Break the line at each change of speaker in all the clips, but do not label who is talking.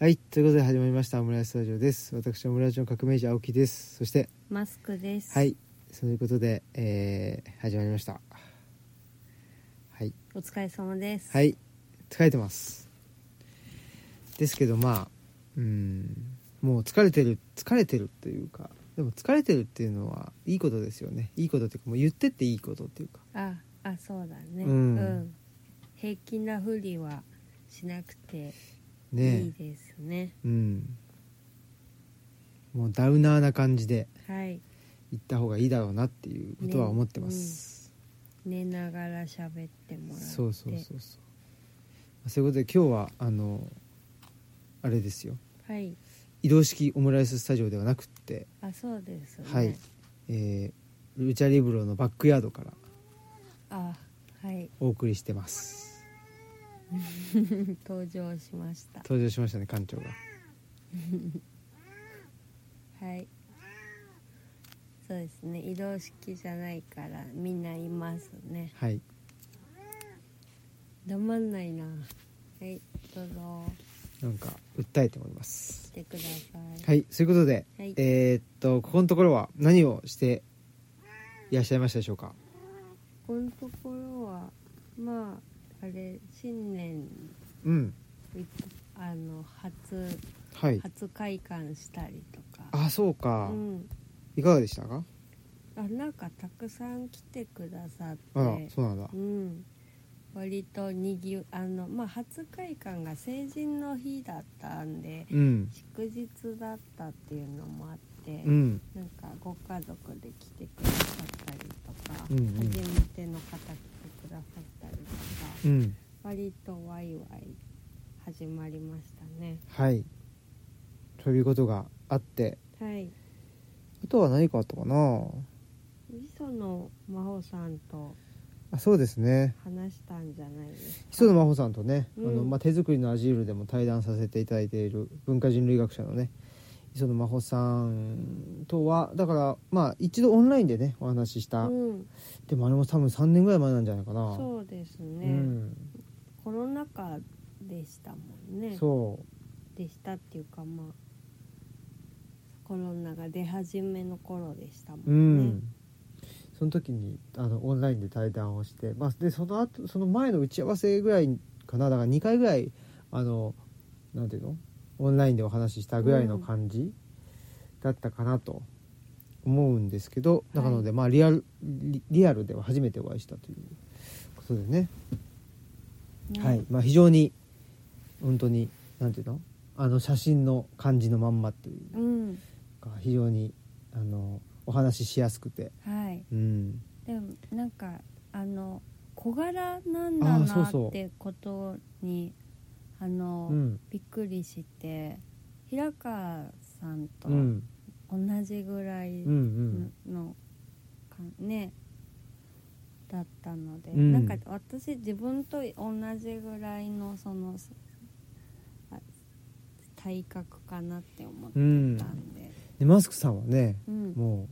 はい、ということで始まりましたオムライススタジオです。私はオムライスの革命児青木です。そして、
マスクです。
はい、そういうことで、えー、始まりました。はい、
お疲れ様です。
は。い、疲れてます。ですけど、まあ、うん、もう疲れてる、疲れてるというか、でも疲れてるっていうのはいいことですよね。いいことっていうか、もう言ってっていいことっていうか。
あ、あ、そうだね。
う
うんん。平気なふりはしなくて
ね
いいですね。
うん。もうダウナーな感じで
はい。
行った方がいいだろうなっていうことは
ね
思ってます。
寝ながら喋ってもらって。
そうそうそうそうまあそういうことで今日はあのあれですよ
はい。
移動式オムライススタジオではなくって、
あ、そうです、ね。
はい、えールチャリブロのバックヤードから
あ、はい。
お送りしてます
登場しました。
登場しましたね館長が
はい。そうですね。移動式じゃないからみんないますね。
はい
黙んないな。はい。どうぞ
なんか訴えております
来てください。
はいそういうことで、
はい
えーっとここのところは何をしていらっしゃいましたでしょうか
このところはまああれ新年
うん
いあの初
はい
初開館したりとか
あそう
う
か、
ん、
いかがでしたか
あなんかたくさん来てくださっ
あら、
て
そうなんだ
うん割とにぎあのまあ初開館が成人の日だったんで
うん
祝日だったっていうのもあって、
うん
なんかご家族で来てくださったりとか、
うんうん
初めての方来てくださったりとか、
うん
割とワイワイ始まりましたね
はい。ということがあって、
はい
あとは何かあったかな
磯野真帆さんと
あそうですね。
話したんじゃないですか
磯野真帆さんとね、
うん
あのまあ、手作りのアジールでも対談させていただいている文化人類学者のね、磯野真帆さんとは、だから、まあ、一度オンラインでね、お話しした。
うん
でもあれも多分3年ぐらい前なんじゃないかな。
そうです
う
ね、
ん。
コロナ禍でしたもんね
そ
でしたっていうかまあコロナが出始めの頃でしたも
う。うん
ね、
ん。その時にあのオンラインで対談をして、まあ、でその後その前の打ち合わせぐらいかなだから2回ぐらいあのなんていうのオンラインでお話ししたぐらいの感じだったかなと思うんですけど、
はい
なのでまあリアルリリアルでは初めてお会いしたということでね、
ね
はいまあ、非常に本当になんていうのあの写真の感じのまんまっていう
うん
か非常にあのお話ししやすくて。
はい
うん
でもなんかあの小柄なんだ
あーそう
な
そう
ってことにあの、
うん
びっくりして平川さんと
うん
同じぐらい
うんうん
の、かねだったので、
うん
なんか私自分と同じぐらいのそのあ体格かなって思って
う
た
ん、
んで、
でマスクさんはね
うん
も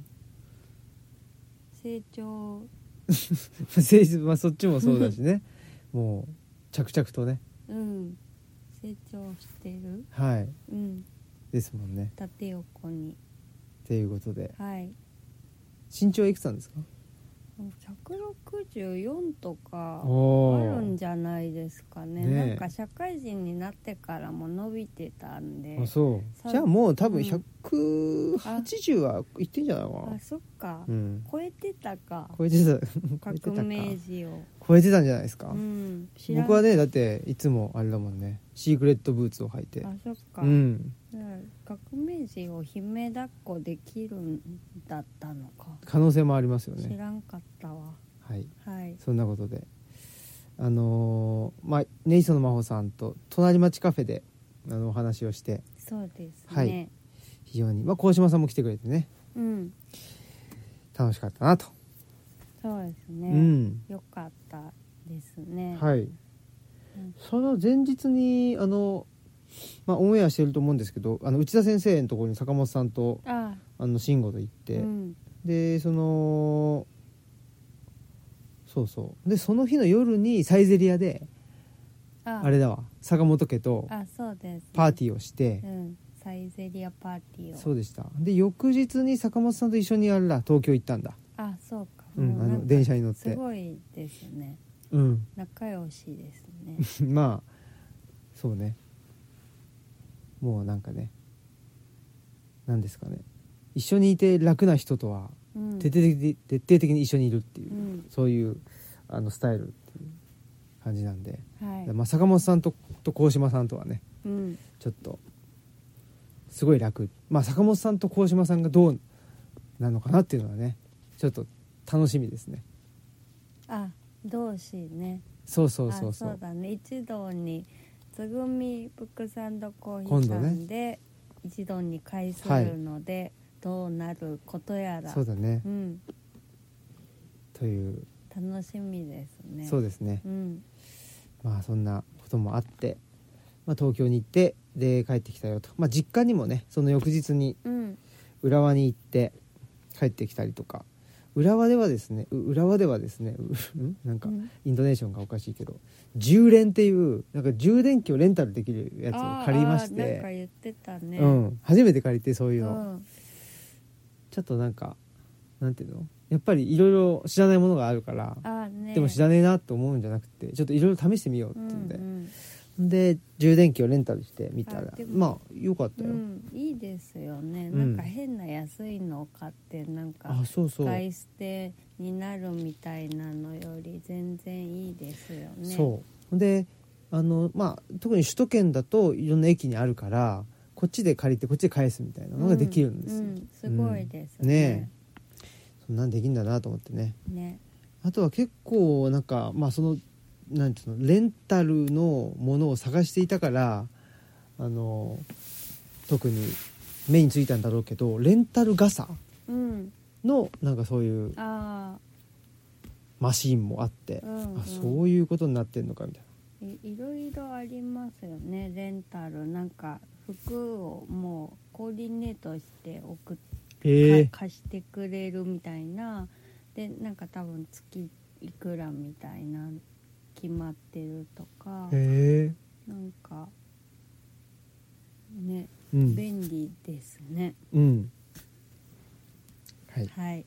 成長
う 政治、まあ、そっちもそうだし ねもう着々とね
うん成長してる
はい
うん
ですもんね
縦横に
っていうことで
はい
身長いくつなんですか
164とか
お
あ
ー
るんじゃないですかね
ねえ
なんか社会人になってからも伸びてたんで
あそう
さ
じゃあもう多分
うん
180はいってんじゃないか
あ
な
そっか、
うん
超えてたか
超えてた 超えてた
革
か
命児を
超えてたんじゃないですか、
うん知らん
僕はねだっていつもあれだもんねシークレットブーツを履いて
あそっか、
うん
だから革命児を姫抱っこできるんだったのか、
可能性もありますよ
知
ね
らんかったわ
はい
はい
そんなことで、あのーまあ、ね、磯野真帆さんと隣町カフェであのお話をして
そうですね、
はい非常に、まあ、鴻島さんも来てくれてね
うん
楽しかったなと、
そうですね、
うん
よかったですね
はいその前日にあの、まあ、オンエアしてると思うんですけどあの内田先生のところに坂本さんと
あ
あの慎吾と行って、
うん
でそのそうそうでその日の夜にサイゼリアで
あ
あれだわ坂本家と
あそうです
パーティーをして
ィうんサイゼリアパーティーを
そうでしたで翌日に坂本さんと一緒にあれら東京行ったんだ
あそうか,、
うん
も
あ
な
の
か
電車に乗っ
す
て
ごいですね
うん
仲良しですね
まあそうねもうなんかね何ですかね一緒にいて楽な人とは
うん
徹底的に徹底的に一緒にいるっていうう、
ん
そういうあのスタイルっていう感じなんで、
はい
まあ、坂本さんとと鴻島さんとはね
うん
ちょっとすごい楽、まあ、坂本さんと鴻島さんがどうなのかなっていうのはねちょっと楽しみですね
あ同志ね
そうそうそうそ
あそう
う
だね一堂につぐみブックサンドコーヒ
今
ー
度
さ
ね
んで、一堂に会す
はい
るので、どうなることやら
そうだね、
うん
という、
楽しみですね
そう
で
ですね、
ん
まあそんなこともあって、まあ、東京に行ってで帰ってきたよと、まあ、実家にもねその翌日に
うん
浦和に行って帰ってきたりとか浦和ではですねう浦和ではですねうんなんか
うん
インドネーションがおかしいけど充電っていうなんか充電器をレンタルできるやつを借りまし
あーあーなんか
て、
言ってたね
うん、初めて借りてそういうの、
ん
ちょっとなんかなんていうのやっぱりいろいろ知らないものがあるから、
あーね
でも知らねえなと思うんじゃなくてちょっといろいろ試してみようって言うんで、
うん
で充電器をレンタルしてみたら
あでも
まあよかっ
う
た
ん
よ、
うんいいですよね、
うん
なんか変な安いのを買ってなんか
あそうそう、
使い捨てになるみたいなのより全然いいですよね
そうであのまあ特に首都圏だといろんな駅にあるからこっちで借りてこっちで返すみたいなのができるんですよ、
ううんすごいです
ね
ね,、
えそんなんできんだなと思ってね
ね
あとは結構なんかまあそのなんていうのレンタルのものを探していたからあの特に目についたんだろうけどレンタル傘
うん
のなんかそういう
あ
マシーンもあって、
あうん、
あそういうことになってんのかみたい
うんいいろいろありますよねレンタルなんか服をもうコーディネートして送っ
なへ
か貸してくれるみたいなでなんか多分月いくらみたいな決まってるとか
へえ
なんかね
うん、
便利ですね、
うん、はい
はい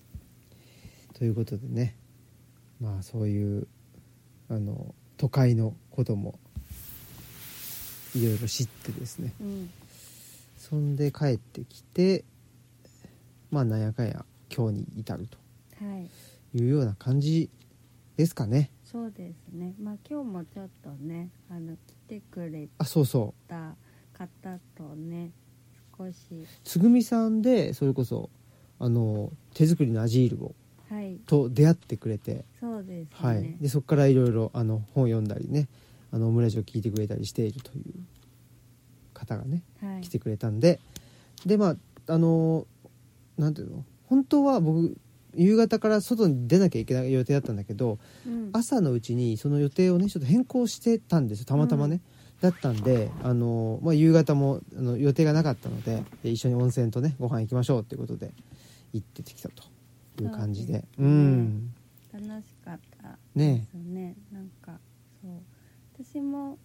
ということでねまあそういうあの都会のこともいろいろ知ってですね
うん
そんで帰ってきてまあなんやかんや今日に至ると
はい
いうような感じですかね
そうですねまあ今日もちょっとねあの来てくれ
あそうそう
た方とね少し
つぐみさんでそれこそあの手作りのアジールを
はい
と出会ってくれて、
そうですね、
はい、でそこからいろいろあの本読んだりねあのオムラジオ聞いてくれたりしているという方がね
はい
来てくれたんででまああのなんていうの本当は僕夕方から外に出なきゃいけない予定だったんだけど
うん
朝のうちにその予定をねちょっと変更してたんですよたまたまね、だったんであの、まあ、夕方もあの予定がなかったのでで一緒に温泉とねご飯行きましょうっていうことで行ってきたという感じで
そうですね
うん
楽しかった
ね
ですねなんかそう私も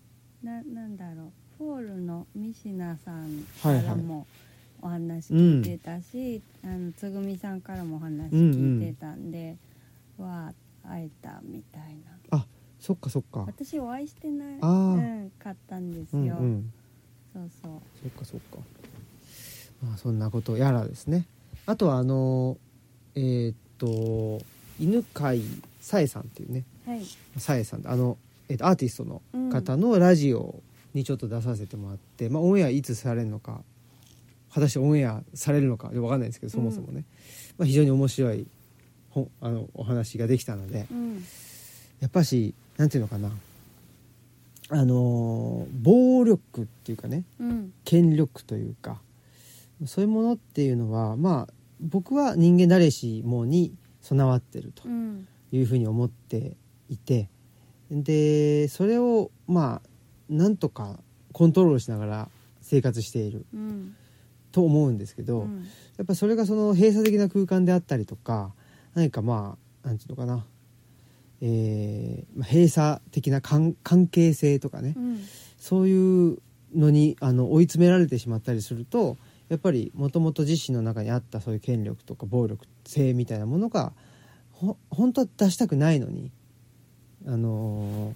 ななんだろうフォールのミシナさんからもお話聞いてたし、あのつぐみさんからもお話聞いてたんで、わあ会えたみたいな
そっかそっか
私お会いしてない、
あ
う
ー
ん、買ったんです
う
よ、
んうん
そうそう
そっかそっかまあそんなことやらですねあとはあのえーっと犬飼さえさんっていうね
はい
さえさんあの、えーっとアーティストの
うん
方のラジオにちょっと出させてもらって、まあオンエアいつされるのか果たしてオンエアされるのか分かんないですけどそもそもね、まあ、非常に面白いほんあのお話ができたので
うん
やっぱしなんていうのかなあのー暴力っていうかね
うん
権力というかそういうものっていうのはまあ僕は人間誰しもに備わってると
うん
いうふうに思っていてでそれをまあなんとかコントロールしながら生活している
うん
と思うんですけ
う
ど、
ん
やっぱそれがその閉鎖的な空間であったりとか何かまあなんていうのかな、えーまあ閉鎖的な関関係性とかね、
うん
そういうのにあの追い詰められてしまったりするとやっぱりもともと自身の中にあったそういう権力とか暴力性みたいなものがほ本当は出したくないのに、あの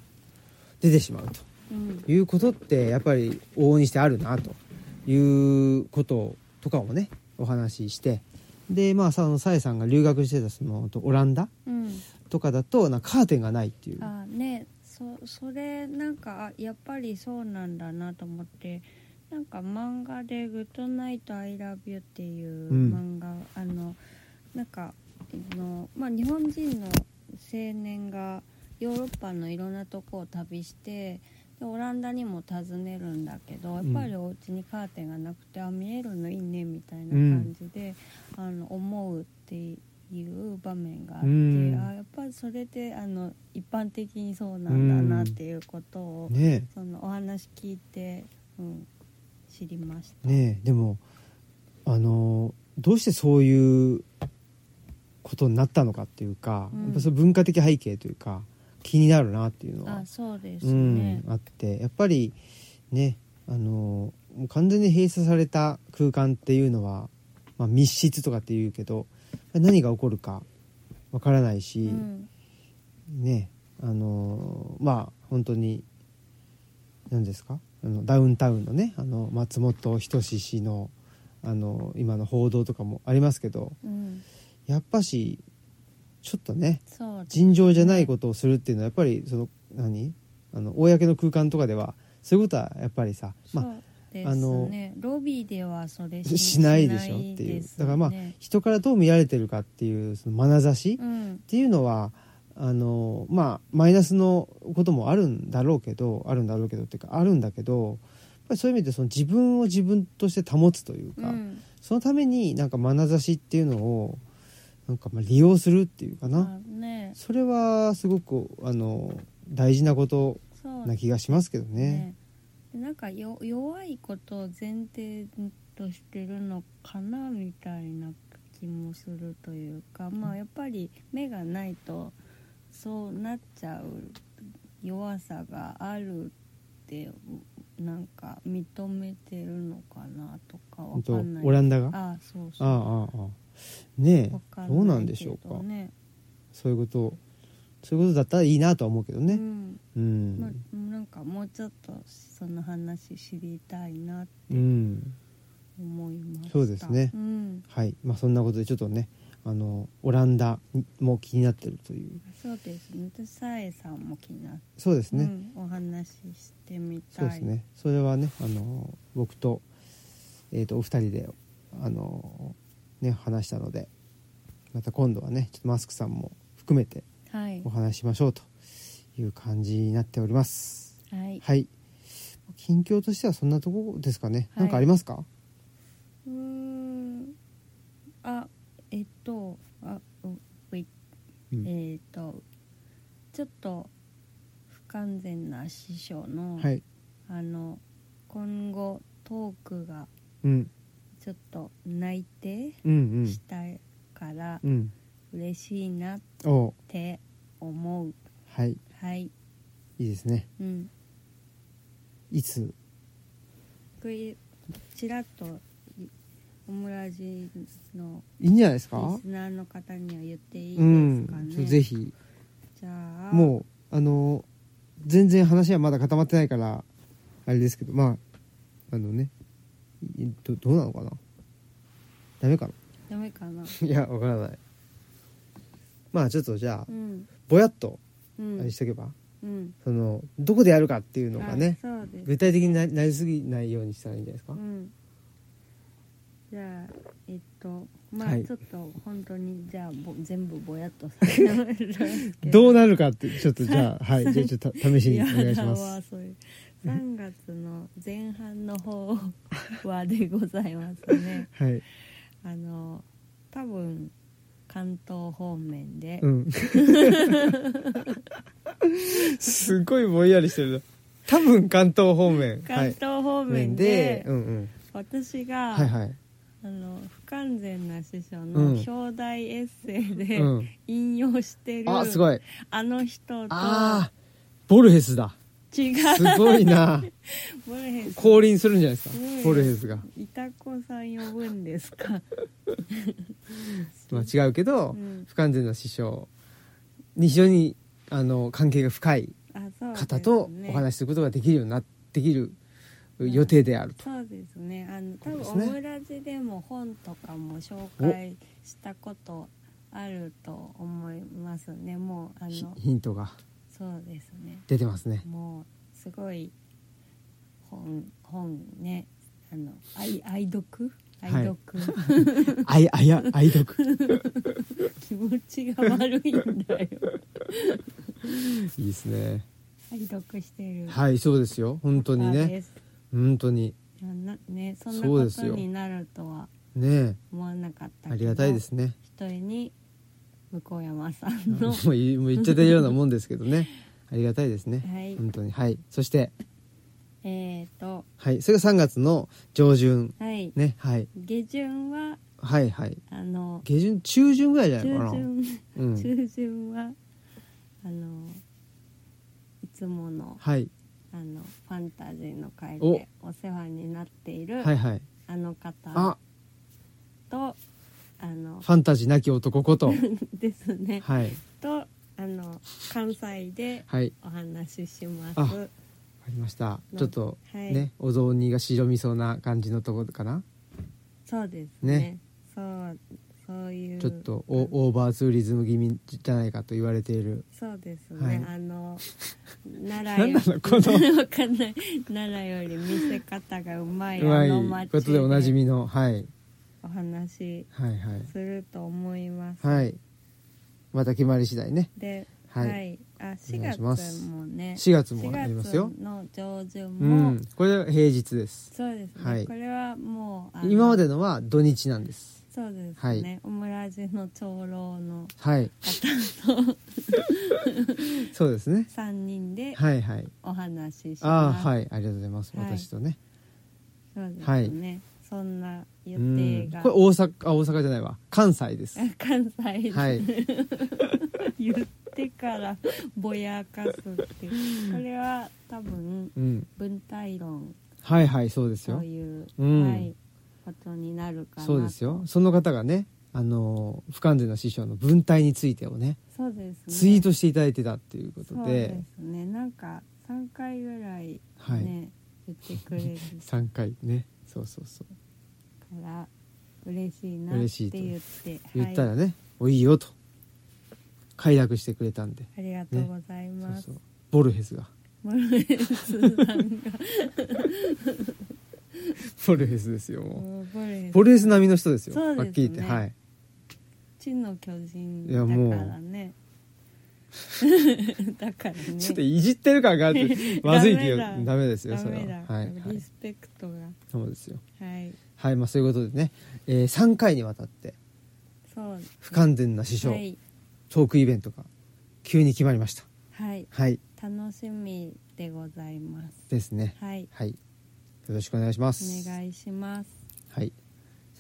ー出てしまう
うん
ということってやっぱり往々にしてあるなということとかもねお話ししてでまあそのサエさんが留学してたそのオランダ
うん
とかだとなんかカーテンがないっていう。
あねそそれなんかあやっぱりそうなんだなと思ってなんか漫画で「グッドナイト・アイ・ラブ・ユー」っていう
うん
漫画、あのなんかあの、まあ、日本人の青年がヨーロッパのいろんなとこを旅してでオランダにも訪ねるんだけどやっぱりお家にカーテンがなくて、あ見えるのいいねみたいな感じで、あの思うっていう場面があって、
うん
あやっぱりそれであの一般的にそうなんだなっていうことを、
ね
そのお話聞いて、うん、知りました。
えねえでもあのどうしてそういうことになったのかっていうか、
うん
やっぱその文化的背景というか気になるなっていうのは
あそうです
う
ね
ん、、あってやっぱりねあのもう完全に閉鎖された空間っていうのは、まあ、密室とかっていうけど何が起こるかわからないし、
うん
ねあのまあ本当に何ですかあのダウンタウンのねあの松本人志氏のあの今の報道とかもありますけど
うん、
やっぱしちょっとね
そうです
尋常じゃないことをするっていうのはやっぱりその何あの公の空間とかではそういうことはやっぱりさ、
そ
ま
うです
あの
ねロビーではそれ
あ、しないでしょっていう、だからまあ人からどう見られてるかっていうその眼差し、
うん
っていうのはあのまあマイナスのこともあるんだろうけどあるんだろうけどっていうかあるんだけどやっぱりそういう意味でその自分を自分として保つという
う
か、
ん
そのためになんか眼差しっていうのをなんかまあ利用するっていうかな、
あね
それはすごくあの大事なこと
そう
な気がしますけどね。
ねなんかよ弱いことを前提としてるのかなみたいな気もするというかまあやっぱり目がないとそうなっちゃう弱さがあるってなんか認めてるのかなとか
ほ
わ
ん
か
と
んない
オランダがあ
あそうそう
あああああね
わか
え
い
どうなんでしょう
けど
か
ね
そういうことそういうことだったらいいなとは思うけど
う
ね。
ん
うん
まあ、なんかもうちょっとその話知りたいなって
うん
思いました
そうですね
うん、
はい、まあ、そんなことでちょっとねあのオランダも気になってるという
そうですね私さえさんも気になって、
そうですね、
うん、お話ししてみた
そう
い
ですねそれはねあの僕と,、えー、とお二人であの、ね、話したのでまた今度はねちょっとマスクさんも含めて
はい
お話ししましょうという感じになっております
はい、
はい近況としてはそんなとこですかね、
はい
なんかありますか
うーんあえっとあうい
うん
えっとちょっと不完全な師匠の、
はい
あの今後トークが
うん
ちょっと内定
うん
したから
うんうん
嬉しいなっ
おう
て思う
はい
はい
いいですね
うん
いつ
これちらっといオムラジの
いいんじゃないですか
リスナーの方には言っていいで
う
すか
ん
ね、
そうぜひ
じゃあ
もうあの全然話はまだ固まってないからあれですけどまああのねいどどうなのかなダメかな
ダメかない
やわから ないまあちょっとじゃあ
うん
ぼやっと
う
あ
ん
れしとけば、
うん
そのどこでやるかっていうのがね
あそうです
具体的にななりすぎないようにしたらいいんじゃないですか、
うんじゃあえっとま
は
あ
い
ちょっと本当にじゃあぼ全部ぼやっとさせられるんですけ
どうなるかってちょっとじゃあはいじゃあちょっと試しにお願いしま
やだわ
す
そういう3月の前半の方はでございますね
はい
あの多分関東方面で、
うん。すごいぼんやりしてるな。多分関東方面。
関東方
方
面で、
うんうん。
私が、
はいはい。
あの不完全な師匠
うん
の表題エッセイで、
うん。
引用してる
あ、すごい。
あの人と
ああ、ボルヘスだ。
違う
すごい な
ボルヘス
降臨するんじゃないですか
うん
ボルヘスが、
イタコさん呼ぶんですか、
まあ、違うけど、
うん、
不完全な師匠に非常にあの関係が深い
あそうですね
方とお話しすることができるようになってきる予定であると、
そうですねあの多分
そ
オ
うですね
ムラジでも本とかも紹介したことあると思いますねもうあ
ヒ
の
ヒントが
そうですね
出てますね
もうすごい本本ねあの愛愛読
はい
愛読、
あいあや愛読
気持ちが悪いんだよ
いいですね
愛読してる
はいそうですよ本当に
方
ね
です
本当に
いやなねそんな
そう
こ
で
と
すよ
になるとは
ね
思わなかっ
え
たけど
ありがたいですね
一人に向山 さん
も
の
う言いもう言っちゃってるようなもんですけどねありがたいですね
はい
本当にはいそして
えっ、ー、と
はいそれが3月の上旬
はい、
ねはい
下旬は
はいはい
あの
下旬中旬ぐらいじゃ
中
ないかな
旬、
うん、
中旬はあのいつもの
はい
あのファンタジーの会
お
でお世話になっている
はいはい
あの方と、
あ
あの
ファンタジーなき男こと
です ね、
はい
とあの関西で
はい
お話しします。
あわかりました
の
ちょっと
はい、
ねお雑煮が白みそうな感じのとこかな
そうですね。
ね
そうそういう
ちょっとおオーバーツーリズム気味じゃないかと言われている
そうですね、
はい
あの奈良
何
よ
なのこの
わかんない奈良より見せ方がうまいうあ
ま
の
い
町
ことでおなじみのはい
お話し
はいはい
すると思います、
はいまた決まり次第ね
で、
はいお
あ4
願いします
月もね
4月もあり
4
ます
月
よ
の上旬
う
も、
んこれは平日です
そうですね、
はい
これはもうあの
今までのは土日なんです
そうですね、
はい
オムラジの長老の
はい
方と
そうですね
3人で
はいはい
お話しし
ああ
ます、
はいありがとうございます
はい
私とね
そうですね、
はい
そんな予
うん
定が
これ大阪あ大阪じゃないわ関西です
関西で、
はい
言ってからぼやかすっていうこれは多分
うん
文体論
はいはいそうです
と
よ
いう、
うん
はい、ことになるかなと
そうですよその方がねあの不完全な師匠の文体についてをね
そうですね
ツイートしていただいてたっていうこと
そう
で
ですねなんか3回ぐらいね、
はい
言ってくれる
3回ねそうそうそう
から嬉しいな
嬉しい
っ
と
て言って
言ったら
はい、
ね、おいいよと快諾してくれたんで
ありがとうござい
そ
ま
う
す、
そうボルヘス が
モルエスさんが
ボルヘスですよも
もうボルエ
う
ス
ボルヘス並みの人ですよ
そうですね
はっきり言ってはい
地の巨人
い
だ
やもう
からねだからね
ちょっといじってる感があって まずいけど
ダメだ
ダメですよ
ダ
それは
メだ、
はい、は
リ
い、
スペクトが
そうですよ
はい
はいまあそういうことでね、え3回にわたって
そう
不完全な師匠、
はい、
トークイベントが急に決まりました
はい、
はい
楽しみでございます
ですね
はい
はいよろしくお願いします
お願いします
はい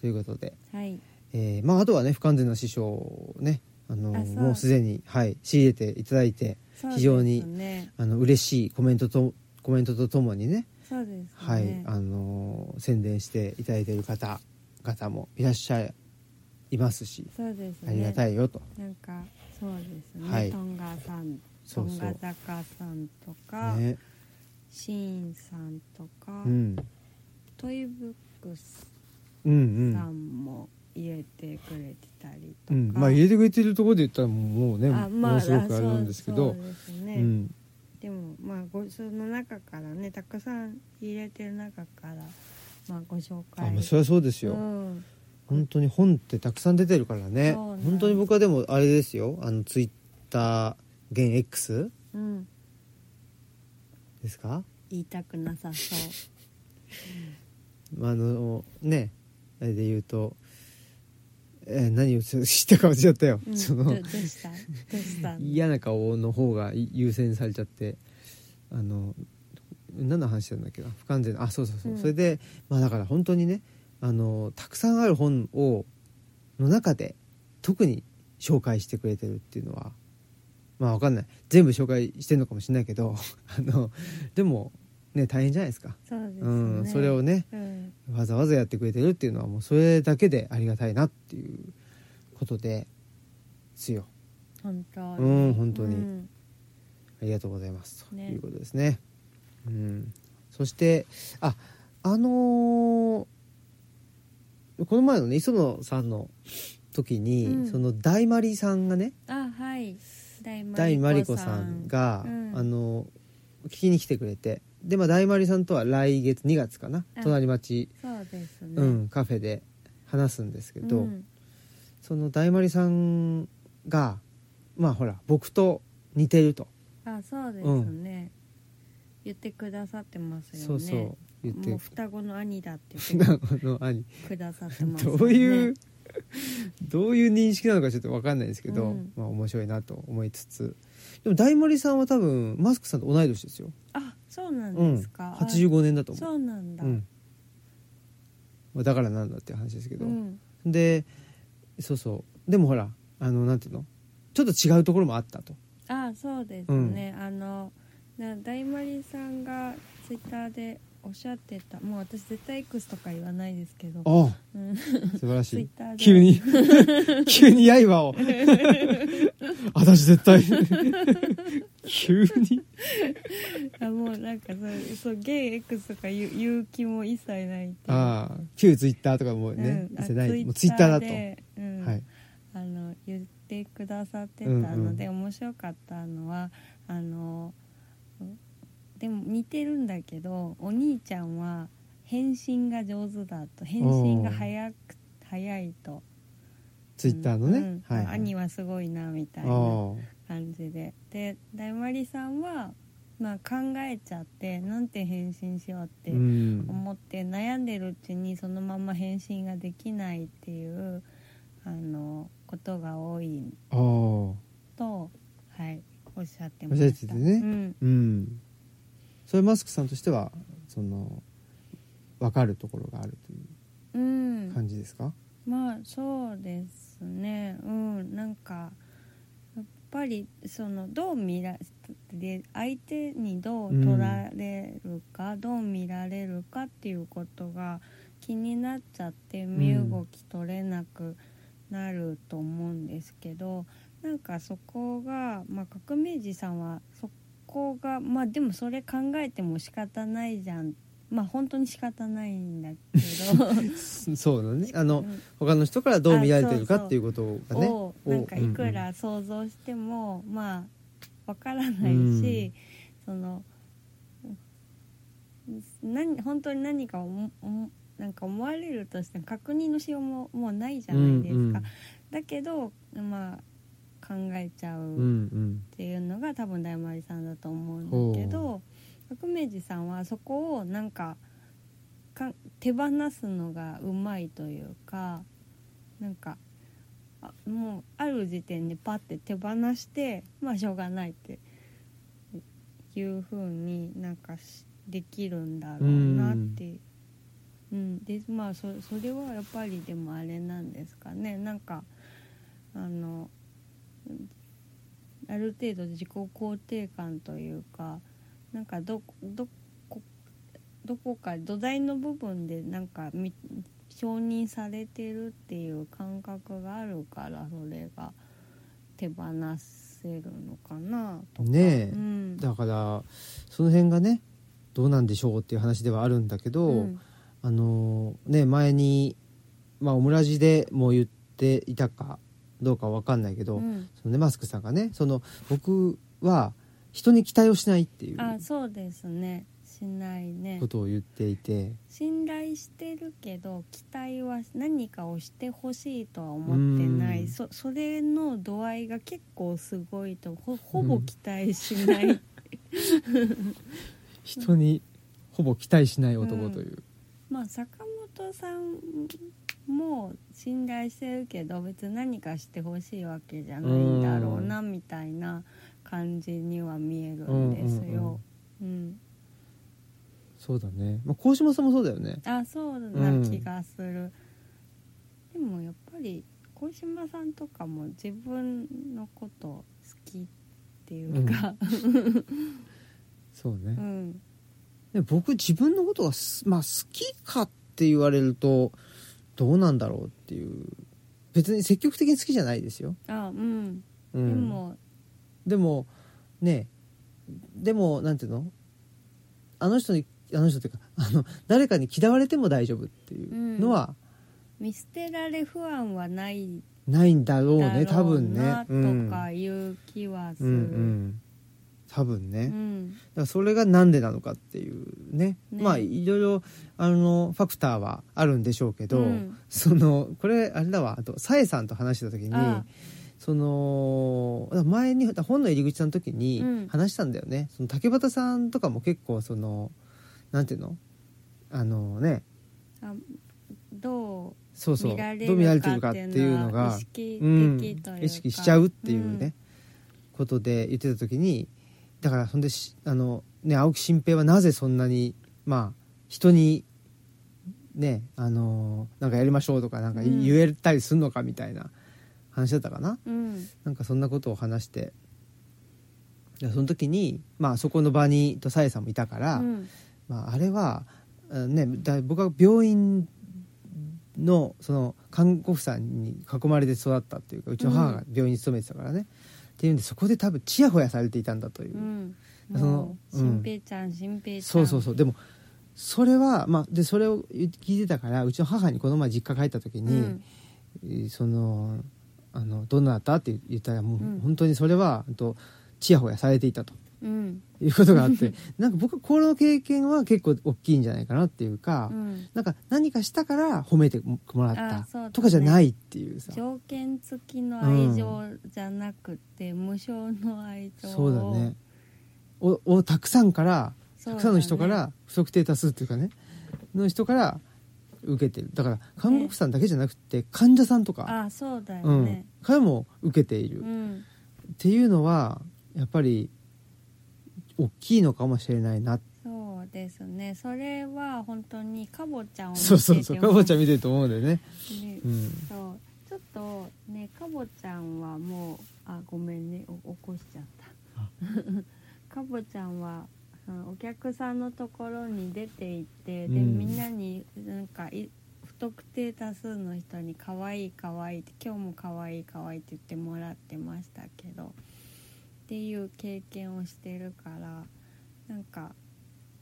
ということで、
はい
えーまああとはね不完全な師匠をねあの
あそう
もうすでにはい仕入れていただいて
そうですね
非常にあの嬉しいコメントとコメントとともにね
そうですね
はい、あのー宣伝していただいている方方もいらっしゃいますし、
そうですね
ありがたいよと
なんかそうですね、
はい
トンガさん
そ
ト
う
ン
そう
ガ坂さんとか、
ね
シーンさんとか、
うん、
トイブックス
うんうん
さんも入れてくれてたり
う
とか、
ん、まあ入れてくれてるところで言ったらもうねものすごくあれなんですけ
あ
ど
そうそうですね、
うん
でもまあごその中からねたくさん入れてる中からまあご紹
あ
介
まあそりゃそうですよ、
うん
本当に本ってたくさん出てるからね
そうなんです
本当に僕はでもあれですよあのツイッター現 X
うん
ですか
言いたくなさそう
まああのねあれで言うと、えー何を 知ったか忘れちゃったよ、、
うん、
そ
ど
の
どうしたどうした
嫌な顔の方が優先されちゃってあの何の話なんだっけな不完全なあそうそうそう、
うん
それでまあだから本当にねあのたくさんある本をの中で特に紹介してくれてるっていうのはまあわかんない全部紹介してるのかもしれないけど あのでもね大変じゃないですか
そうですね、
うん、それをね
うん
わざわざやってくれてるっていうのはもうそれだけでありがたいなっていうことですよ
本当に
うん本当に
うん
ありがとうございますと
ね
いうことですねうん、そしてああのーこの前のね磯野さんの時に、
うん
その大マリさんがね
あはい大
大マ
マ
リ
リ
コ
コ
さ
さ
ん
ん
が、
うん
あの聞きに来てくれてで、まあ、大マリさんとは来月2月かな
あ
隣町、
そうですね
うん、カフェで話すんですけど、
うん
その大マリさんがまあほら僕と似てると、
あそうですね、言ってくださってますよね
そうそう言っ
も
て
う双子の兄だって言っ
双子の兄
てくださってますよ ね
どういう、どういう認識なのかちょっと分かんないですけど、
うん
まあ面白いなと思いつつでも大森さんは多分マスクさんと同い年ですよ、
あそうな
うんん
です、か、あ
85年だと思
そうなんだ、
う、うんまあだからなんだっていう話ですけど、
うん
でそうそうでもほらあのなんていうのちょっと違うところもあったと、
あそうですね、あのな大マリさんがツイッターでおっしゃってたもう私絶対 X とか言わないですけど、
あ
うん、
あ素晴らし
ツイッ
い
ターで
急に急に 刃 を私絶対 急に
あもうなんかそうそうゲイ X とか言う言う気も一切ないっていう
ああ旧ツイッターとかも
う
うんね、
あ
世代もうツ
ツ
イ
イ
ッ
ッ
タ
タ
ーだ
ー
と、
でうん
はい
あの言ってくださってたので、面白かったのはあのうんでも似てるんだけどお兄ちゃんは返信が上手だと返信が早く早いと
ツイッターのね、
うん
はい、
兄はすごいなみたいな
あ
感じでで大まりさんは、まあ、考えちゃってなんて返信しようって
あうん
思って悩んでるうちにそのまま返信ができないっていうあのことが多い
ああ
とはいおっしゃってました
おっしゃっててね
うん、、
うんそれマスクさんとしてはその分かるところがあるといううん感じですか、
まあそうですねうんなんかやっぱりそのどう見らで相手にどう取られるか、どう見られるかっていうことが気になっちゃって
ん
身動き取れなくなると思うんですけど、なんかそこが、まあ、革命児さんはそこがまあでもそれ考えても仕方ないじゃんまあ本当に仕方ないんだけど。
そうだねあの、
うん
他の人からどう見られてる
あそう
か
そう
っていうことがね
をなんかいくら想像しても、まあわからないし、その何本当に何か思思なんか思われるとしても確認のしようももうないじゃないですか、だけどまあ考えちゃ
うんうんう
うんっていうのが多分大丸さんだと思うんだけど革命児さんはそこをなんかか手放すのがうまいというかなんかあもうある時点でパッて手放してまあしょうがないっていう風になんかしできるんだろうなって。うん、でまあそそれはやっぱりでもあれなんですかねなんかあのある程度自己肯定感というかなんかどどこどこか土台の部分でなんかみ承認されてるっていう感覚があるからそれが手放せるのかなとか。
ねえ
うん、
だからその辺がねどうなんでしょうっていう話ではあるんだけど、
うん
あのね前に、まあ、オムラジでも言っていたかどうかわかんないけど、
うん
そのね、マスクさんがねその僕は人に期待をしないっていう
あそうですねしないね
ことを言っていて、
信頼してるけど期待は何かをしてほしいとは思ってな
う
い
ん
そそれの度合いが結構すごいとほほぼ期待しない、
人にほぼ期待しない男という、
まあ坂本さんも信頼してるけど別に何かしてほしいわけじゃないんだろうなみたいな感じには見えるんですよ。うん
そうだね、まあ、鴻島さんもそうだよね
あそうな気がする、でもやっぱり小島さんとかも自分のこと好きっていうか、
そうね、
うん、
で僕自分のことがす、まあ、好きかって言われるとどうなんだろうっていう別に積極的に好きじゃないですよ、
あうん、
うん、
でも
でもねでもなんていうのあの人にあの人っていうかあの誰かに嫌われても大丈夫っていうのは
見捨てられ不安はない
ないんだろうね、
だ
多
ろう
分ね
な
う
と
ん
かいう気はす
うんう
る、
ん多分ね、
う
だか
ん
らそれがなんでなのかっていうね
ね
まあいろいろあのファクターはあるんでしょうけど、
うん
そのこれあれだわあとさえさんと話してた時に
ああ
その前に本の入り口の時
う
に
ん
話したんだよね、その竹俣さんとかも結構そのなんていうのあのね
あどう
そうそう
見られ
どう見られ
る
てるか
かっ
ってて
い
いう
う
の
のが
が
意識
うん
的というか、
意識しちゃうっていうね、ことで言ってた時にだからそんでしあの、ね、青木新平はなぜそんなにまあ人にねあのなんかやりましょうとかなんか
うん
言えたりするのかみたいな話だったかな、
うん、うん
なんかそんなことを話していやその時に、まあ、そこの場にとさえさんもいたから、
うん
まあ、あれは、あね、だ僕は病院のその看護婦さんに囲まれて育ったっていうかうちの母が病院に勤めてたからね、っていうんでそこで多分ちやほやされていたんだという、
うん、
その
もう
うん
新平ちゃん新平ちゃん
そうそうそうでもそれは、まあ、でそれを聞いてたからうちの母にこの前実家帰った時
う
に、
ん
えーそのあのどんなだったって言ったらも
うん
う本当にそれは、うん、とちやほやされていたと
うん
いうことがあって なんか僕はこの経験は結構大きいんじゃないかなっていうか、
うん、
なんか何かしたから褒めてもらっ
あそ
た
うだね
とかじゃないっていうさ
条件付きの愛情じゃなくて、無償の愛情を
そうだねををたくさんから
そう
たく
だね
さんの人から不特定多数っていうかねの人から受けてるだから看護婦さんだけじゃなくて患者さんとか、
あそうだ
う
よね
ん、からも受けている。
うん
っていうのはやっぱり大きいのかもしれないな
そうですねそれは本当にかぼちゃんを見てて
そうそうそうかぼちゃん
ね
見てると思うんだよね、うん、
そうちょっとねかぼちゃんはもうあごめんねお起こしちゃ ったかぼちゃんはそのお客さんのところに出て行って、で
うん
みんなになんかい不特定多数の人に「可愛い可愛いって「今日も可愛い可愛いって言ってもらってましたけどっていう経験をしてるからなんか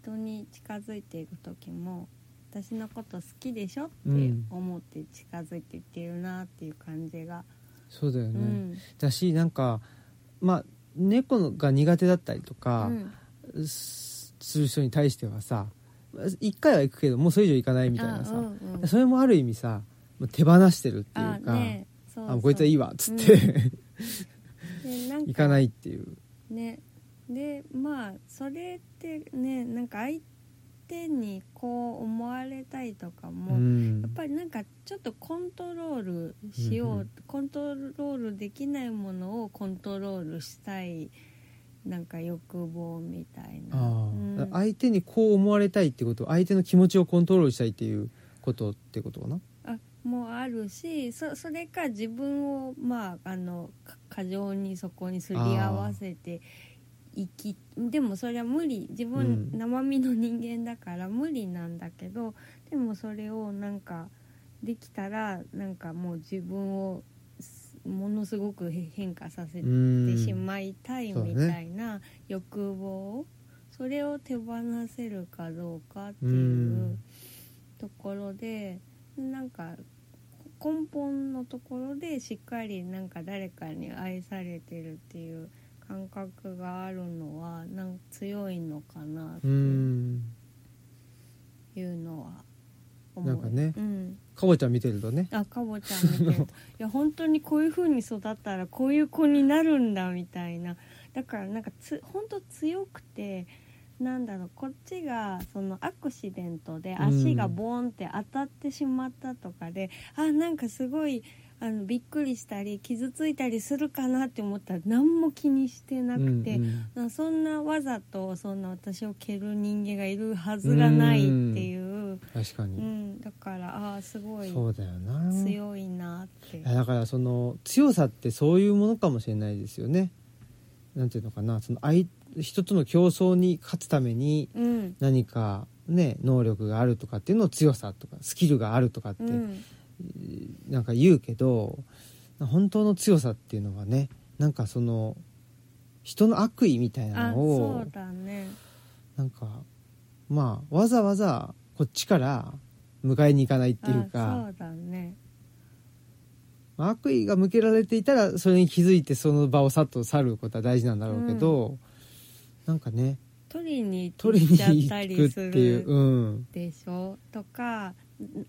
人に近づいていく時も私のこと好きでしょって
うん
思って近づいていってるなっていう感じが、
そうだよ
う
ね、
ん
だしなんかまあ猫が苦手だったりと
う
か、
ん、
すする人に対してはさ一回は行くけどもうそれ以上行かないみたいなさ、
あうんうん
それもある意味さもう手放してるっていうか
あねそう
あ
そう
こいつはいいわっつって、
でなん か
行かないっていう
ねでまあそれってねなんか相手にこう思われたいとかも、
ん
やっぱりなんかちょっとコントロールしよう、
うんうん
コントロールできないものをコントロールしたいなんか欲望みたいな、
ああ
うん
相手にこう思われたいってこと相手の気持ちをコントロールしたいっていうことってことかな
あもうあるしそそれか自分をまああのか過剰にそこにすり合わせて生きでもそれは無理自分、
うん
生身の人間だから無理なんだけどでもそれをなんかできたらなんかもう自分をすものすごくへ変化させ
う
て
ーん
しまいたい
そうだ
み
ね
たいな欲望それを手放せるかどうかっていううんところでなんか根本のところでしっかりなんか誰かに愛されてるっていう感覚があるのはなんか強いのかなって
うーん
いうのは思う
なんかね
うん
かぼちゃん見てるとね
あかぼちゃん 見てるといや本当にこういう風に育ったらこういう子になるんだみたいなだからなんかつ本当強くてなんだろうこっちがそのアクシデントで
うん
足がボーンって当たってしまったとかで、あなんかすごいあのびっくりしたり傷ついたりするかなって思ったら何も気にしてなくて。
うん
なそんなわざとそんな私を蹴る人間がいるはずがないっていう、
うん、確か
うん
に、
だからああーすごい
そうだよな
強いなって
いやだからその強さってそういうものかもしれないですよねなんていうのかなその相人との競争に勝つために
うん
何かね能力があるとかっていうのを強さとかスキルがあるとかって、
うん
なんか言うけど本当の強さっていうのはねなんかその人の悪意みたいな
あ
の
そ
を
うだね
なんかまあわざわざこっちから迎えに行かないっていう
あ
か
そうだね
悪意が向けられていたらそれに気づいてその場をさっと去ることは大事なんだろうけど、なんかね
取りに
取り
行っ
に
ちゃった
行く
り
っ
す
ていう、
る
うん、
でしょとか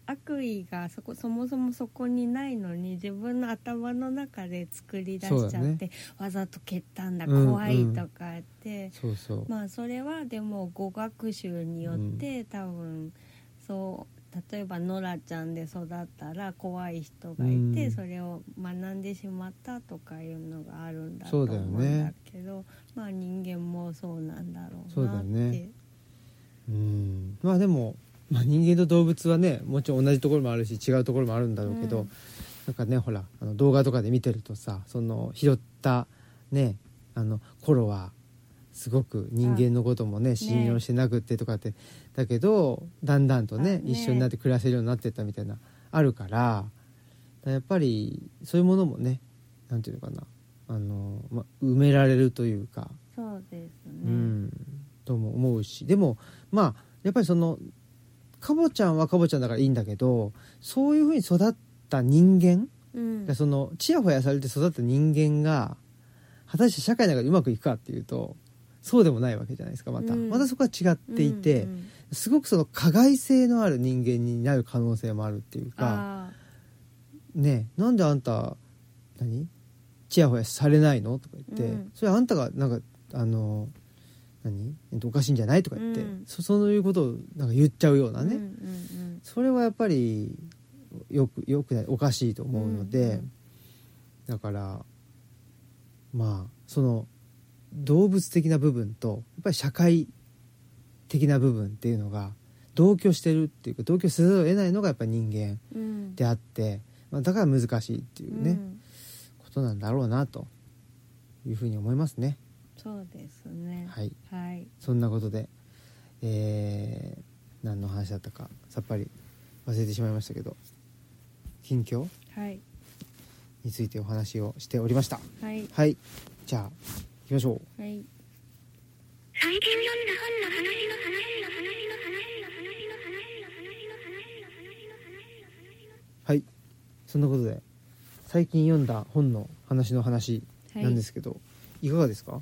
悪意がそこそもそもそこにないのに自分の頭の中で作り出
そ
し
う
ち
だ
ゃっ
ね
て、わざと蹴ったんだ
うん
怖いとかって、
そうそう、
まあそれはでも語学習によって、多分そう例えばノラちゃんで育ったら怖い人がいて、
うん
それを学んでしまったとかいうのがあるんだと
そうだ
思
よね
うんだけどまあ人間もそうなんだろ
そううだ
な
よ
って
ねうん、まあでも、まあ、人間と動物はねもちろん同じところもあるし違うところもあるんだろうけど、
うん
なんかねほらあの動画とかで見てるとさその拾ったねあの頃はすごく人間のこともね信用してなくってとかって、だけどだんだんと
あ
ね
ね
一緒になって暮らせるようになってったみたいなあるからだからやっぱりそういうものもねなんていうのかなあの、まあ、埋められるというか。
そうですね、
うん、とも思うしでもまあやっぱりそのかぼちゃんはかぼちゃんだからいいんだけどそういうふうに育った人間、
うん
そのちやほやされて育った人間が果たして社会の中でうまくいくかっていうとそうでもないわけじゃないですかまた、
うん
またそこは違っていて、
うんうん
すごくその加害性のある人間になる可能性もあるっていうか
あ
ねえなんであんた何ちやほやされないのとか言って、
うん
それあんたがなんかあの何、えっと、おかしいんじゃないとか言って、
うん
そそういうことをなんか言っちゃうよう
ー
なね、
うんうん
それはやっぱりよくよくないおかしいと思うので、
うんうん
だからまあその動物的な部分とやっぱり社会的な部分っていうのが同居してるっていうか同居せざるを得ないのがやっぱり人間
うんうん
であって、まあ、だから難しいっていうね、
うん
ことなんだろうなというふうに思いますね。
そうですね
はい、
はい、
そんなことで、えー何の話だったかさっぱり忘れてしまいましたけど近況
はい
についてお話をしておりました。
はい
はいじゃあ行きましょう。
はい
最近読んだ本の話の話
はいそん
の話の話の話の話の話の話の話の話の話の
なことで最近読んだ本の話の話
はい
なんですけど、い、かがですか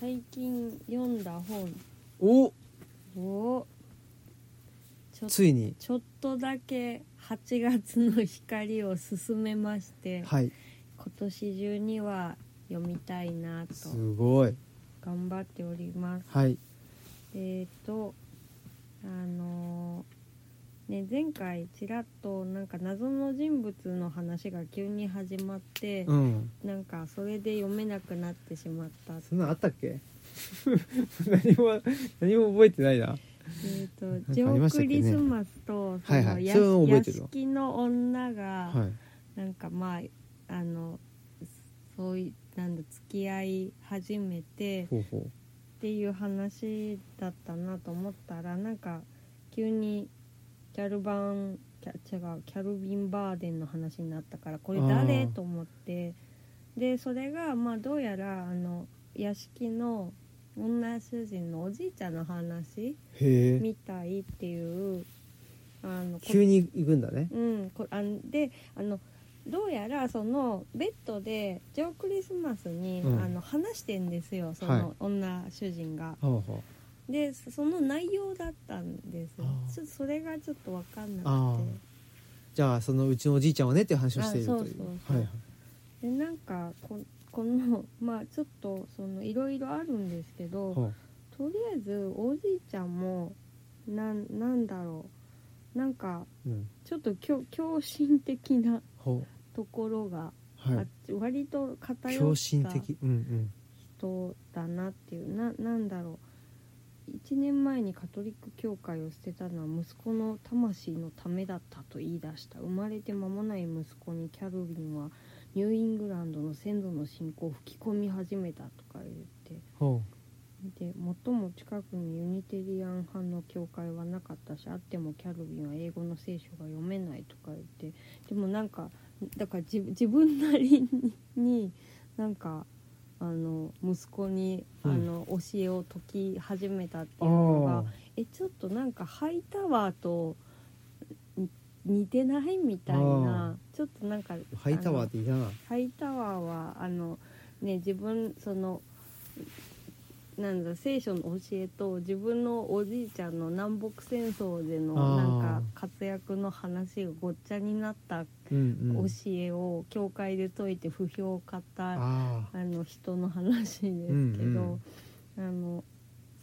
最近読んだ本
お
をちょ
ついに
ちょっとだけ8月の光を進めまして、
はい
今年中には読みたいなと
すごい
頑張っております
はい
えっ、とあのーね前回ちらっとなんか謎の人物の話が急に始まって、
うん
なんかそれで読めなくなってしま った
そんなんあったっけ何も何も覚えてないな
えー
か
とジ
あ
ョ
りま
ー
したっけ
ク
ね
リスマスとそ
はいは
の
い
や
それは覚え
屋
てるわ
敷の女が
はい
なんかまああのそういなんだ付き合い始めて
ほうほう
っていう話だったなと思ったらなんか急にキャルバンキャ違うキャルビン・バーデンの話になったからこれ誰
あー
と思ってでそれがまあどうやらあの屋敷の女主人のおじいちゃんの話
へえ
みたいっていうあのこ
急に行くんだね
うん、こあんであのどうやらそのベッドでジョー・クリスマスに、
うん
あの話してんですよそ
はい
の女主人が。
ほうほ
でそその内容だったんですよ
あー
ちょっとそれがちょっと分かんな
あ
く
うじゃあそのうちのおじいちゃんはねっていう話をしているという
あそうそうそう
はいはい
てでなんかここのまあちょっとそのいろいろあるんですけど、
ほ
とりあえずおじいちゃんもなんなんだろうなんか
う、うん、
ちょっと強狂心的な
ほ
ところが
うは
あ
い
割と偏った
狂心的うんうん
人だなっていうななんだろう1年前にカトリック教会を捨てたのは息子の魂のためだったと言い出した生まれて間もない息子にキャルビンはニューイングランドの先祖の信仰を吹き込み始めたとか言って
ほ
で最も近くにユニテリアン派の教会はなかったしあってもキャルビンは英語の聖書が読めないとか言ってでもなんかだから自自分なりになんかあの息子に、
うん
あの教えを解き始めたって
う
いうの
あ
がえちょっとなんかハイタワーとに似てないみたいなちょっとなんか
あハイタワーっていいな
ハイタワーはあのね自分そのなんだ聖書の教えと自分のおじいちゃんの南北戦争での
あー
なんか活躍の話がごっちゃになった
うんう
教
ん
えを教会で説いて不評を買った、
あ
あの人の話ですけど、
うん
あの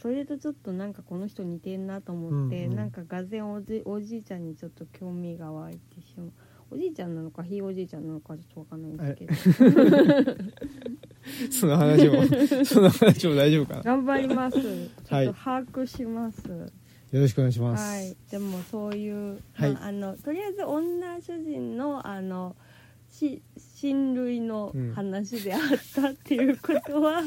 それとちょっとなんかこの人似てんなと思って、
うんうん
なんかがぜんおじおじいちゃんにちょっと興味が湧いてしまうおじいちゃんなのかひいおじいちゃんなのかちょっとわかんないんですけど
あその 話もその話も大丈夫かな
頑張りますちょ
は
っ
い
と把握します、
よろしくお願いしま
は
す
い、でもそういう、
はい
まあ、あのとりあえず女主人のあのし親類の話であったっていうことは、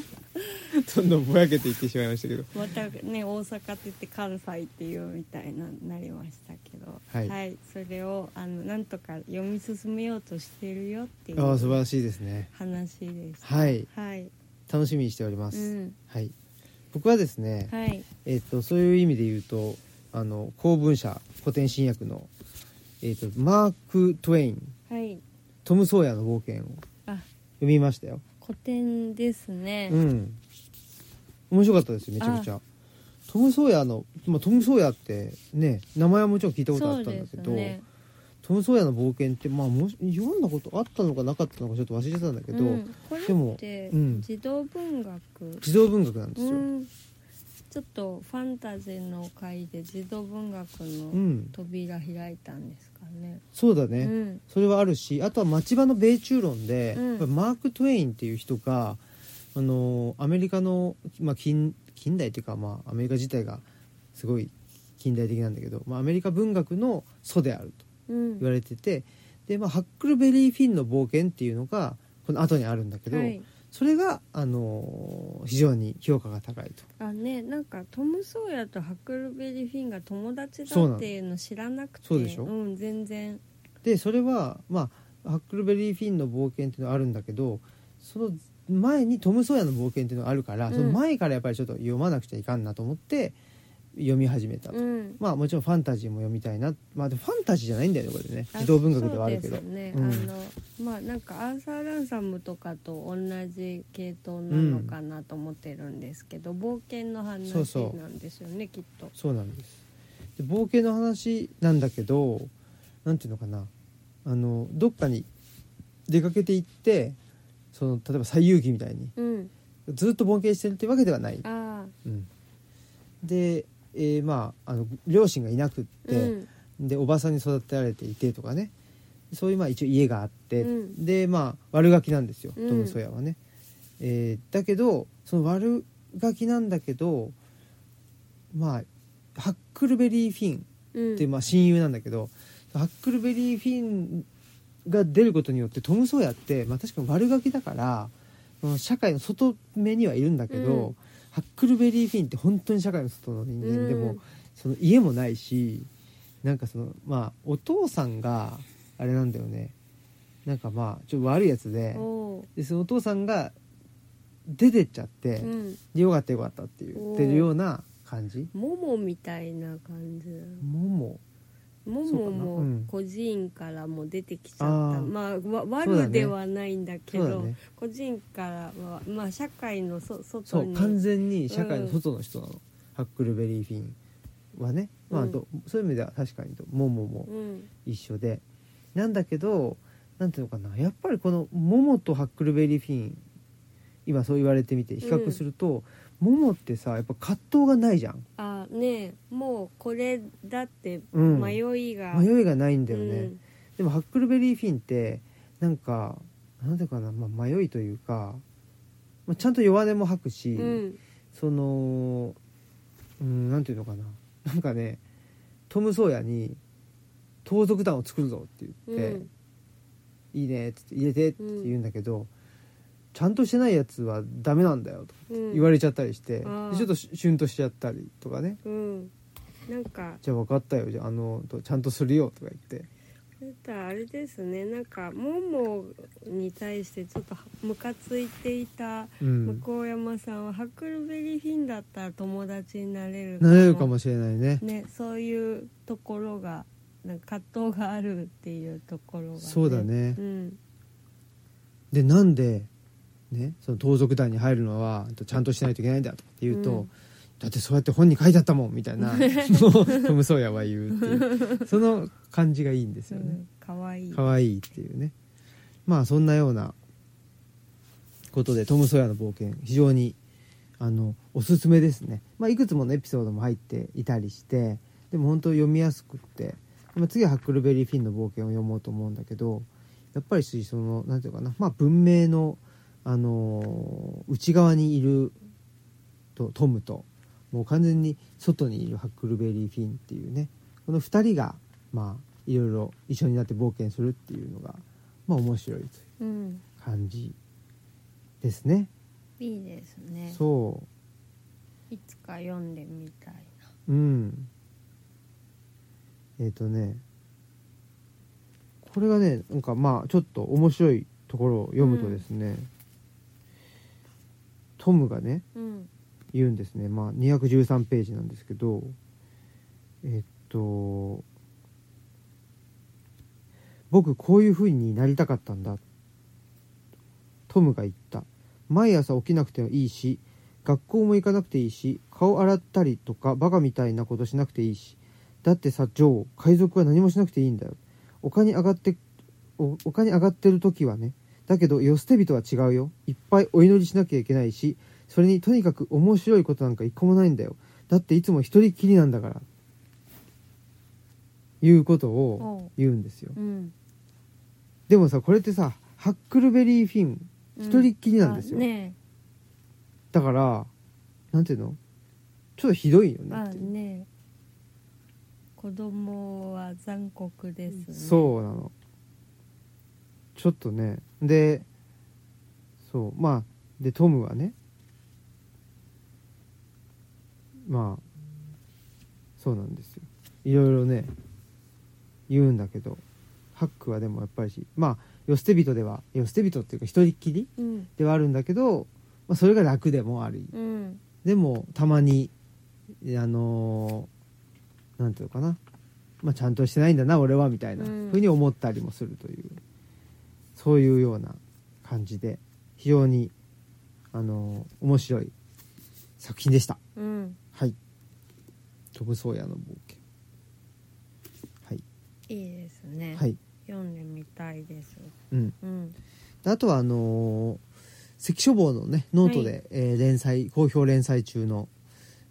どんどんぼやけていってしまいましたけど
またね大阪って言って関西っていうみたいななりましたけど
はい
それをあのなんとか読み進めようとしてるよってい
ああ素晴
う
らしいですね
話でした
はい
はい
楽しみにしておりま
う
す、
ん
はい僕はですね、
はい
えっとそういう意味で言うとあの公文社古典新訳の、えっとマーク・トウェイン
はい
トム・ソーヤの冒険を
あ
読みましたよ
古典ですね
うん面白かったですよめちゃくちゃトム・ソーヤの、まあ、トム・ソーヤってね名前はもちろん聞いたことあ
そ
っ
う
たんだ
です
けど、
ね
トム・ソーヤの冒険って、まあ、もし読んだことあったのかなかったのかちょっと忘れてたんだけど、
うん、これ
でも
って
うん
児童文学
児童文学なんですよ、
う
うん
んちょっとファンタジーの回で児童文学の扉開いたんですかね
そうだね、
うん
それはあるしあとは町場の米中論で、
うん
やっぱりマーク・トウェインっていう人があのアメリカの、まあ、近近代というか、まあ、アメリカ自体がすごい近代的なんだけど、まあ、アメリカ文学の祖であると
うん
言われてて、でまあ、ハックルベリー・フィンの冒険っていうのがこの後にあるんだけど、
はい
それがあの非常に評価が高いと。
あねなんかトム・ソーヤとハックルベリー・フィンが友達だ
そうなの
っていうの知らなくて
そうでしょ
ん全然
でそれはまあハックルベリー・フィンの冒険っていうのはあるんだけどその前にトム・ソーヤの冒険っていうのがあるから、
うん
その前からやっぱりちょっと読まなくちゃいかんなと思って読み始めたと、
うん
まあもちろんファンタジーも読みたいなまあでもファンタジーじゃないんだよねこれね
あ
児童文学ではあるけど
そうですね、
うん
あのまあなんかアーサー・ランサムとかと同じ系統なのかなと思ってるんですけど、冒険の話
そうそう
なんですよねきっと
そうなんですで冒険の話なんだけどなんていうのかなあのどっかに出かけていってその例えば「西遊記」みたいに
うん
ずっと冒険してるってわけではない
ああ
で、えーまああの両親がいなくって、
ん
でおばさんに育てられていてとかねそういうまあ一応家があって、
うん
でまあ悪ガキなんですよト
うん
ム・ソヤはね。えーだけどその悪ガキなんだけどまあハックルベリー・フィン
うん
っていうまあ親友なんだけど、ハックルベリー・フィンが出ることによってトム・ソーヤって、まあ、確かに悪ガキだからその社会の外目にはいるんだけど、
うん
ハックルベリー・フィンって本当に社会の外の人間でも、
うん
その家もないしなんかそのまあお父さんがあれなんだよねなんかまあちょっと悪いやつで
おう
でそのお父さんが出てっちゃって、
うん
でよかったよかったって言ってるような感じ。
モモみたいな感じ
もも
モ
そうか
モ
なうん
も個人からも出てきちゃった、
あー
まあわ
そうだ
悪
ね
ではないんだけ
そうだ
ど
ね
個人からはまあ社会のそ
そ
外
う
に
完全に社会の外の人なの、ハックルベリー・フィンはね、まあ、あとそういう意味では確かにとモモも
うん
一緒で、なんだけどなんていうのかなやっぱりこのモモとハックルベリー・フィン今そう言われてみて比較すると、モモってさやっぱ葛藤がないじゃん、
あねえもうこれだって
うん、
迷
迷
いが、
いがないんだよね、
うん
でもハックルベリー・フィンってなんかなんていうかな、まあ、迷いというか、まあ、ちゃんと弱音も吐くし、
うん
そのうんなんていうのかななんかねトム・ソーヤに「盗賊団を作るぞ」って言って、
うん
「いいね」っつって「入れて」って言うんだけど、ちゃんとしてないやつはダメなんだよとか
うん
言われちゃったりして、
あー
でちょっとしシュンとしちゃったりとかね
うんなんか
「じゃあ分かったよじゃああのとちゃんとするよ」とか言って
それとあれですねなんかももに対してちょっとムカついていた
うん
向山さんはハックルベリーフィンだったら友達になれる
なれるかもしれないね
ねそういうところがなんか葛藤があるっていうところが、
そうだね
うん
でなんで、ね、その盗賊団に入るのはちゃんとしないといけないんだとかって言うと、
うん
だってそうやって本に書いてあったもんみたいなのをトム・ソーヤは言うっていうその感じがいいんですよね
可愛、いい
可愛、いいっていうねまあそんなようなことでトム・ソーヤの冒険非常にあのおすすめですね、まあ、いくつものエピソードも入っていたりしてでも本当読みやすくってまあ次はハックルベリー・フィンの冒険を読もうと思うんだけどやっぱりしそのなんていうかな、まあ、文明の、あのー内側にいるとトムともう完全に外にいるハックルベリー・フィンっていうねこの2人が、まあ、いろいろ一緒になって冒険するっていうのが、まあ、面白いとい
う
う
ん、
感じですね。
いいですね
そ
いつか読んでみたいな
ううんえっ、とねこれがねなんかまあちょっと面白いところを読むとですね、トムがね
うん
言うんですね、まあ、213ページなんですけどえっと「僕こういう風になりたかったんだ」トムが言った「毎朝起きなくてもいいし学校も行かなくていいし顔洗ったりとかバカみたいなことしなくていいしだってさジョー海賊は何もしなくていいんだよ丘に上がってお丘に上がってる時はねだけど世捨て人は違うよいっぱいお祈りしなきゃいけないしそれにとにかく面白いことなんか一個もないんだよだっていつも一人きりなんだからいうこと
おう
を言うんですよ
うん
でもさこれってさハックルベリーフィン
うん
一人っきりなんですよ
あね
だからなんていうのちょっとひどいよ
え
ね
あ
っていう
ねえ子供は残酷ですね
そうなのちょっとねでそうまあでトムはねまあそうなんですよいろいろね言うんだけどハックはでもやっぱりしまあ世捨て人では世捨て人っていうか一人っきり
うん
ではあるんだけど、まあ、それが楽でもあり
うん
でもたまにあのーなんていうのかな、まあ、ちゃんとしてないんだな俺はみたいな
うん
ふうに思ったりもするという、そういうような感じで非常に、あのー面白い作品でした。
うん
はいトム・ソーヤの冒険はい、
いいですね、
はい
読んでみたいです
うん、
うん
であとはあのー関書房のねノートで、
はい
えー連載好評連載中の、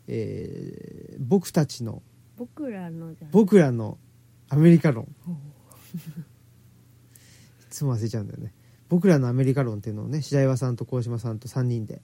えー僕たちの
僕らのじゃない
僕らのアメリカ 論いつも忘れちゃうんだよね僕らのアメリカ論っていうのをね白岩さんと鴻島さんと3人で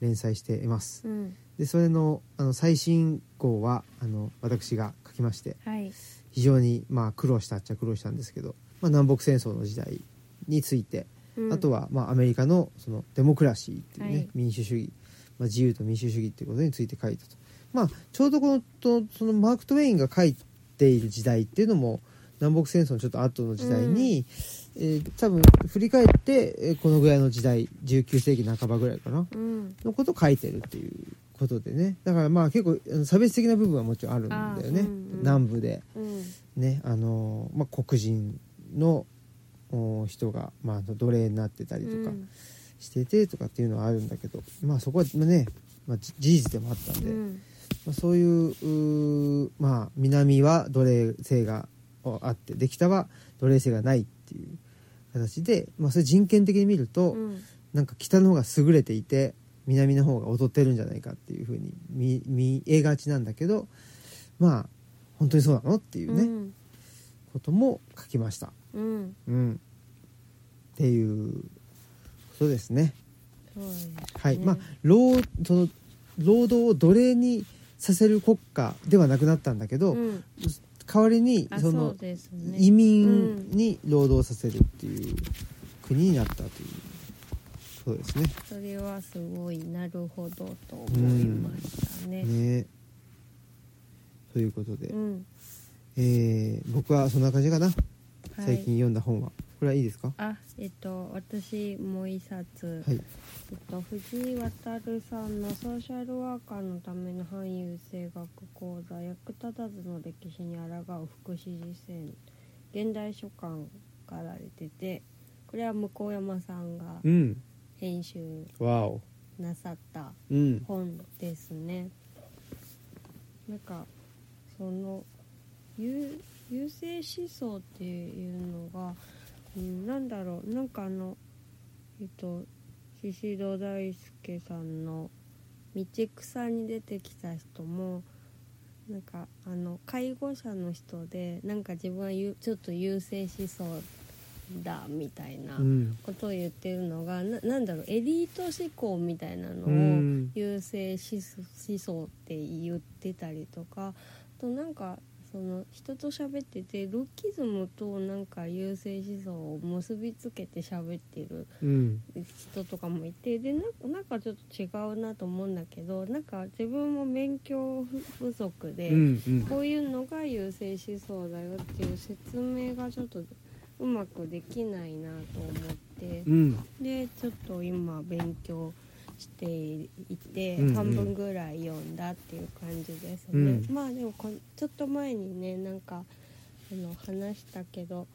連載しています
うん
でそれのあの最新号はあの私が書きまして
はい
非常にまあ苦労したっちゃ苦労したんですけど、まあ、南北戦争の時代について、あと
は
はまあアメリカのそのデモクラシーっていうね、
はい
民主主義、まあ、自由と民主主義っていうことについて書いたと、まあ、ちょうどこのとそのマーク・トウェインが書いている時代っていうのも南北戦争のちょっと後の時代に、えー多分振り返ってえーこのぐらいの時代19世紀半ばぐらいかな
うん
のことを書いてるっていうことでねだからまあ結構あの差別的な部分はもちろんあるん
あ
だ
ー
よね、
うんうん
南部で。
うん
ねあのまあ、黒人のお人が、まあ、奴隷になってたりとか
うん
しててとかっていうのはあるんだけど、まあ、そこはね、まあ、じ事実でもあったんで、
うん
まあ、そういううーまあ、南は奴隷制がおあってで北は奴隷制がないっていう形で、まあ、それ人権的に見ると、
うん
なんか北の方が優れていて南の方が劣ってるんじゃないかっていうふうに見見えがちなんだけどまあ本当にそうなのっていうね。
うん
ことも書きました。
うん
うん、っていうことですね。
そうですね
はい、まあ労その労働を奴隷にさせる国家ではなくなったんだけど、
うん
代わりに
あ
そ
そ
の
うですね
移民に労働させるっていう国になったということですね。
それはすごいなるほどと思いましたね。
ねということで、
うん、
えー僕はそんな感じかな、
はい、
最近読んだ本はこれはいいですか
あえっと私もう一冊、
はい
えっと、藤井渉さんのソーシャルワーカーのための汎有性学講座役立たずの歴史に抗う福祉実践現代書館から出ててこれは向山さんが
うん
編集
わお
なさった
うん
本ですねなんかその優優勢思想っていうのが、うん、なんだろうなんかあのえっと宍戸大輔さんの「道草」に出てきた人もなんかあの介護者の人でなんか自分はゆちょっと優勢思想だみたいな
うん
ことを言ってるのがななんだろうエリート思考みたいなのを。
うん
優勢思思想って言ってたりとかあとなんかその人と喋っててルッキズムとなんか優勢思想を結びつけて喋ってる
うん
人とかもいてでななんかちょっと違うなと思うんだけどなんか自分も勉強不足で、
うんうん
こういうのが優勢思想だよっていう説明がちょっとうまくできないなと思って。
うん
でちょっと今勉強していて、
うんうん
半分ぐらい読んだっていう感じですね、
うん
まあでもこんちょっと前にねなんかあの話したけど、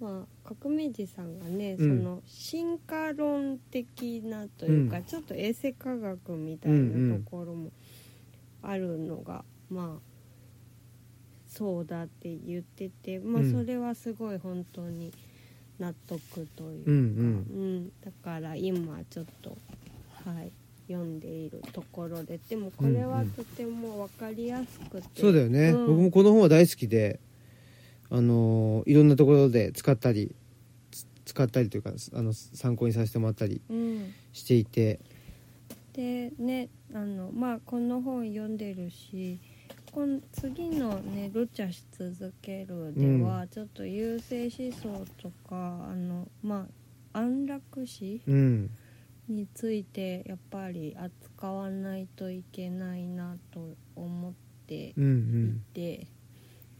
まあ、革命児さんがね、
うん
その進化論的なというか、
うん
ちょっと衛生科学みたいなところもあるのが、まあそうだって言ってて、まあ、
うん
それはすごい本当に納得というか。
うん
うん、だから今ちょっとはい読んでいるところででもこれ
う
は
んうん
とても分かりやすくて、
そうだよね、
うん
僕もこの本は大好きであのーいろんなところで使ったりつ使ったりというかあの参考にさせてもらったり
うん、
していて
でねあのまあこの本読んでるしこの次のね「ルチャし続ける」では、ちょっと優勢思想とかあのまあ安楽死
うん
についてやっぱり扱わないといけないなと思って
うんう
い
ん
て、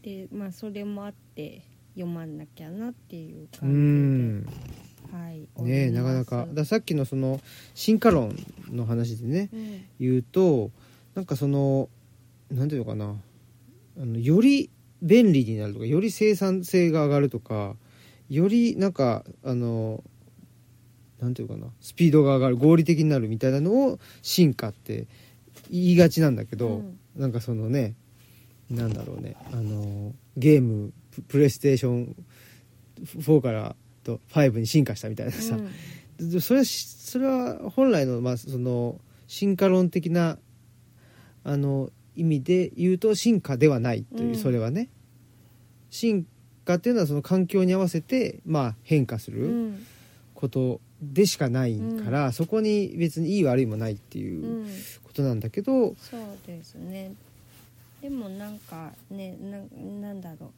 でまあそれもあって読まなきゃなっていう
う
感
ん
じで、はい
ねえなかなかだからさっきのその進化論の話でね
うん
言うとなんかそのなんていうのかなあのより便利になるとかより生産性が上がるとかよりなんかあのなんていうかなスピードが上がる合理的になるみたいなのを進化って言いがちなんだけど、
うん
なんかそのねなんだろうねあのゲームププレイステーション4からと5に進化したみたいなさ、
うん
でそれはしそれは本来の,、まあ、その進化論的なあの意味で言うと進化ではないという、
うん
それはね進化っていうのはその環境に合わせて、まあ、変化す
う
る
ん
ことでしかないから、そこに別にいい悪いもないっていうううんことなんだけど、
そうですねでもなんかねななんだろう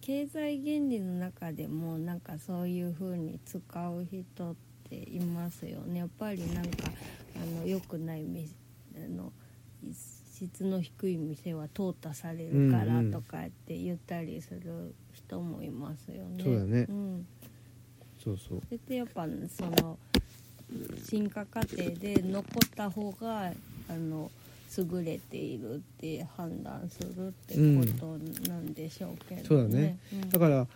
経済原理の中でもなんかそういう風に使う人っていますよねやっぱりなんかあの良くない店あの質の低い店は淘汰されるか
うん
ら
うん
とかって言ったりする人もいますよね。
そうだね
ん
そうそう
それってやっぱその進化過程で残った方があの優れているって判断するってことなんでしょうけど、ね
そうだね、
ん
だから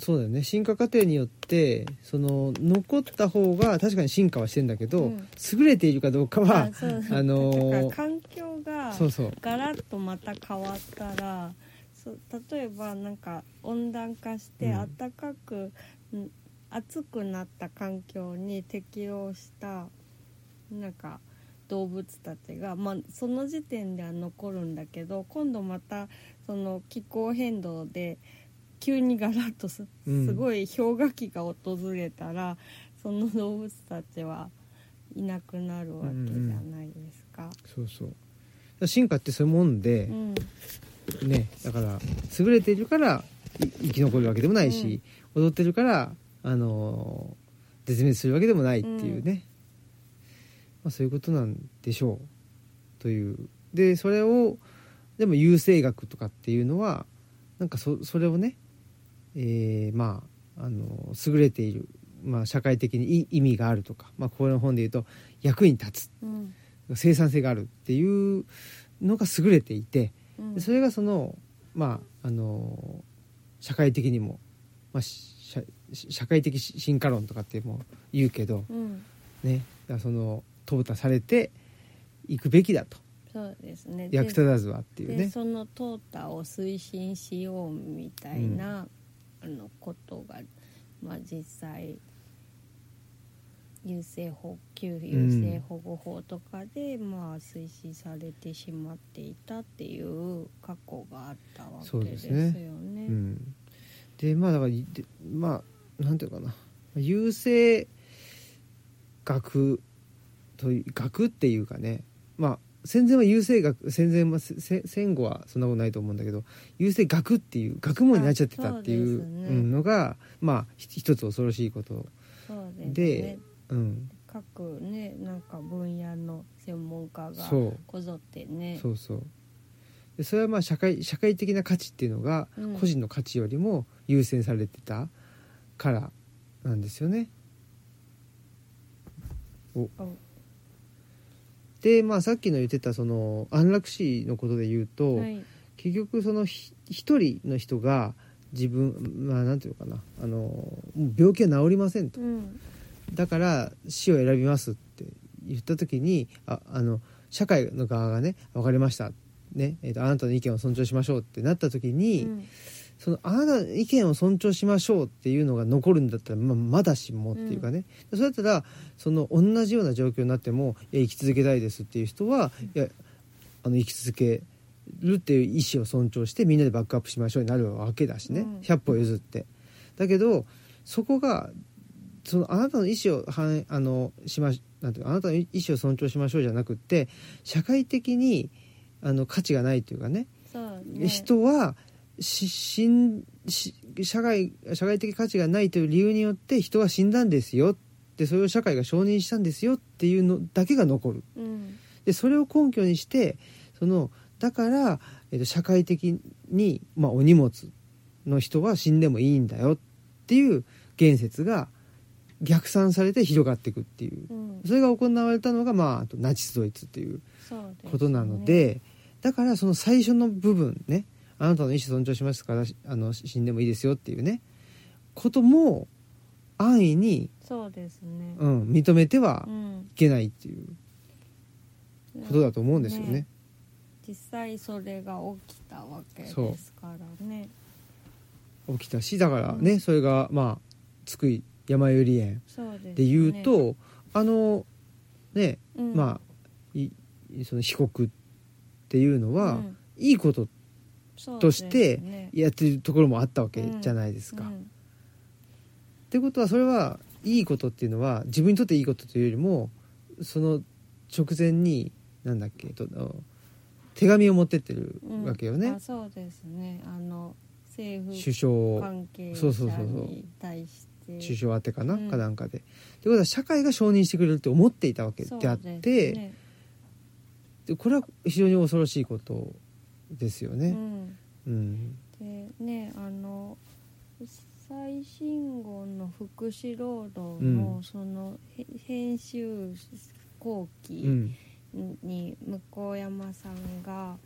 そうだよね進化過程によってその残った方が確かに進化はしてんだけど、
うん
優れているかどうかは
あそう
あのー
だから環境が
そうそう
ガラッとまた変わったらそう例えばなんか温暖化して
うん
暖かく、ん暑くなった環境に適応したなんか動物たちが、まあ、その時点では残るんだけど今度またその気候変動で急にガラッとす
うん
すごい氷河期が訪れたら、その動物たちはいなくなるわけじゃないですか。
そうそう進化ってそういうもんで、
うん、
ねだから優れているからい生き残るわけでもないし、踊ってるからあのー絶滅するわけでもないっていうね、まあ、そういうことなんでしょうというでそれをでも優生学とかっていうのはなんかそそれをね、えーまああの優れている、まあ、社会的にい意味があるとか、まあ、ここの本で言うと役に立つ
うん
生産性があるっていうのが優れていて
うん
でそれがそのまああの社会的にも、まあ、し社社会的進化論とかっても言うけど
うん
ねだからその淘汰されていくべきだと
そうですねで
役立たずはっていう
で
ね。
その淘汰を推進しようみたいな、あのことが、まあ、実際優生保給優生保護法とかで、まあ、推進されてしまっていたっていう過去があったわ
そ
け
う
で
ですす
よ
ねう
ね。
ん、でまあだからいでまあなんていうのかな優勢学という学っていうかねまあ戦前は優勢学戦前はせせ戦後はそんなことないと思うんだけど優勢学っていう学問になっちゃってたってい
そう
う
ですね
うんのがまあひ一つ恐ろしいこと、
そうですね
でうん、
各ねなんか分野の専門家が
そう
こぞってね
そうそうでそれはまあ社会社会的な価値っていうのが
うん
個人の価値よりも優先されてたからなんですよね。お
お
でまあさっきの言ってたその安楽死のことで言うと、
はい
結局そのひ一人の人が自分まあ何て言うのかなあのもう病気は治りませんと
うん
だから死を選びますって言った時にああの社会の側がね分かりました、ねえーとあなたの意見を尊重しましょうってなった時に、
うん
そのあなたの意見を尊重しましょうっていうのが残るんだったらままだしもっていうかね、それだったらその同じような状況になってもいや生き続けたいですっていう人は、いやあの生き続けるっていう意思を尊重してみんなでバックアップしましょうになるわけだしね、
うん
100歩譲って。だけどそこがそのあなたの意思を反映あのしまなんていうのあなたの意思を尊重しましょうじゃなくって社会的にあの価値がないというかね
そうね
人はし死んし社会社会的価値がないという理由によって人は死んだんですよでそれを社会が承認したんですよっていうのだけが残る
うん
でそれを根拠にしてそのだから、えっと、社会的に、まあ、お荷物の人は死んでもいいんだよっていう言説が逆算されて広がっていくっていう
うん
それが行われたのが、まあ、あとナチス・ドイツっていう
そうですね
ことなので、だからその最初の部分ねあなたの意思尊重しますからあの死んでもいいですよっていうねことも安易に、
そうですね
うん、認めては
うん
いけないっていうことだと思うんですよね。
ね実際それが起きたわけですからね
起きたしだからね、それがまあ津久井やまゆり園
そうですね
で言うと、あのね、
うん
まあいその被告っていうのは、
うん
いいこと
そう
と
で
し
す
て
ね
やってるところもあったわけじゃないですか。
うん
ってことはそれはいいことっていうのは自分にとっていいことというよりもその直前になんだっけえっとあの手紙を持ってってる
うん
わけよね、
あそうですねあの政
首
府
相
関係
そうそうそうそ
者
う
に対して
首相宛てかな、
うん
かなんかで。ってことは社会が承認してくれるって思っていたわけであっ
そう
て
です
で、
ね
これは非常に恐ろしいことですよ
う
ね。
ん
うん
でねあの最新号の「福祉労働
う
の」
ん
そのへ編集後期、
うん
に向山さんが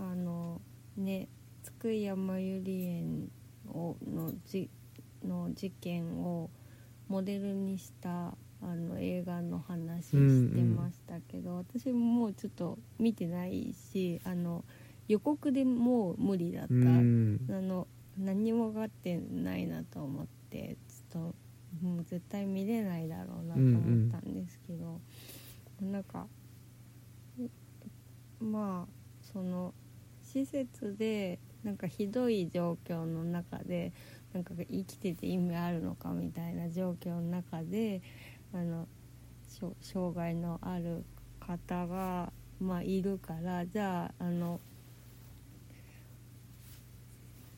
あのね津久井やまゆり園をのじの事件をモデルにしたあの映画の話してましたけど、私ももうちょっと見てないしあの予告でもう無理だった、
うん
あの何も分かってないなと思ってちょっともう絶対見れないだろうなと思ったんですけど、なんかまあその施設でなんかひどい状況の中でなんか生きてて意味あるのかみたいな状況の中であのしょ障害のある方が、まあ、いるからじゃああの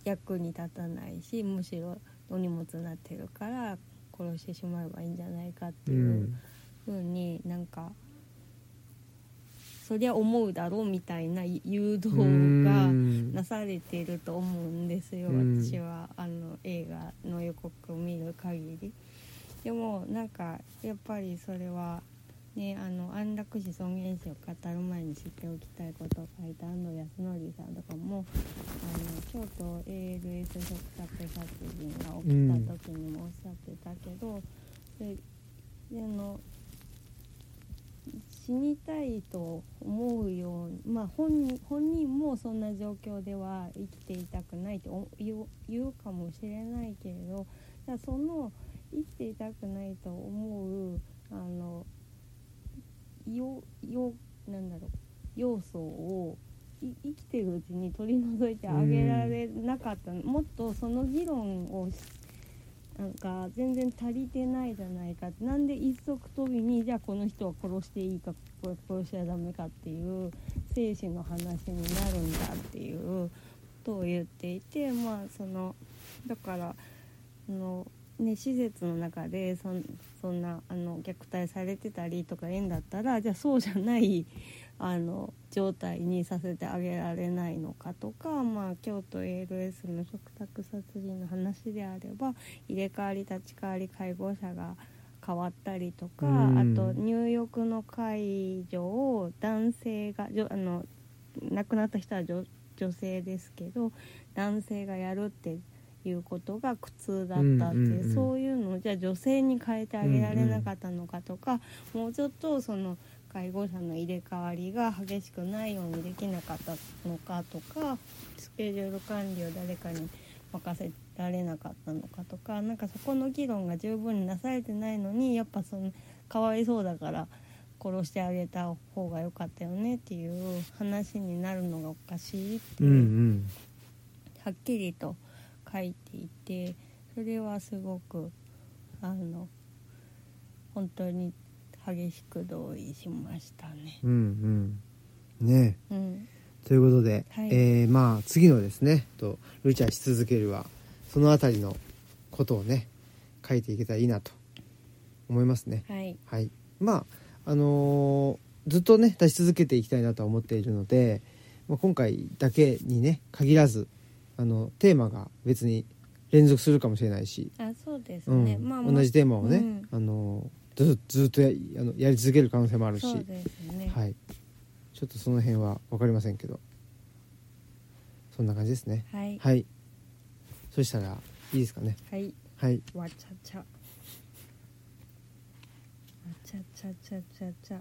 役に立たないしむしろお荷物になってるから殺してしまえばいいんじゃないかって
う
いううんふうになんかそりゃ思うだろうみたいな誘導が
うん
なされてると思うんですよ、
うん
私はあの映画の予告を見る限りでもなんかやっぱりそれはねあの安楽死尊厳死を語る前に知っておきたいことを書いた安藤康則さんとかもあの京都 ALS 嘱託殺人が起きた時にもおっしゃってたけど、でであの死にたいと思うようまあ本人本人もそんな状況では生きていたくないと言う言うかもしれないけれどじゃあその生きていたくないと思うあのよよなんだろう要素をい生きてるうちに取り除いてあげられなかったのもっとその議論をしなんか全然足りてないじゃないかってなんで一足飛びにじゃあこの人は殺していいかこれ殺しちゃダメかっていう精神の話になるんだっていうことを言っていてまあそのだからあの、ね、施設の中でそんそんなあの虐待されてたりとかえんだったらじゃあそうじゃないあの状態にさせてあげられないのかとか、まあ、京都 ALS の嘱託殺人の話であれば入れ替わり立ち替わり介護者が変わったりとか、
うん
あと入浴の介助を男性がじょあの亡くなった人は女女性ですけど男性がやるっていうことが苦痛だったっていう,、
うんうんうん
そういうのをじゃあ女性に変えてあげられなかったのかとか、もうちょっとその介護者の入れ替わりが激しくないようにできなかったのかとかスケジュール管理を誰かに任せられなかったのかとかなんかそこの議論が十分になされてないのにやっぱそのかわいそうだから殺してあげた方が良かったよねっていう話になるのがおかしいって
う
いうんはっきりと書いていてそれはすごくあの本当に激しく同意しましたね。
うんうんうんね
うん、
えということで、
はい
えーまあ次のですねと「ルチャし続けるは」そのあたりのことをね書いていけたらいいなと思いますね。
はい、
はい、まああのーずっとね出し続けていきたいなとは思っているので、まあ、今回だけにね限らずあのテーマが別に連続するかもしれないし、
あそうです
うん
ね、まあ、まあ
同じテーマをね、
うん
あのーずずっとやあのやり続ける可能性もあるし、
そうですね、
はい、ちょっとその辺は分かりませんけどそんな感じですね。
はい
はい、そしたらいいですかね。
はい
はい、
わちゃちゃわちゃちゃちゃちゃちゃ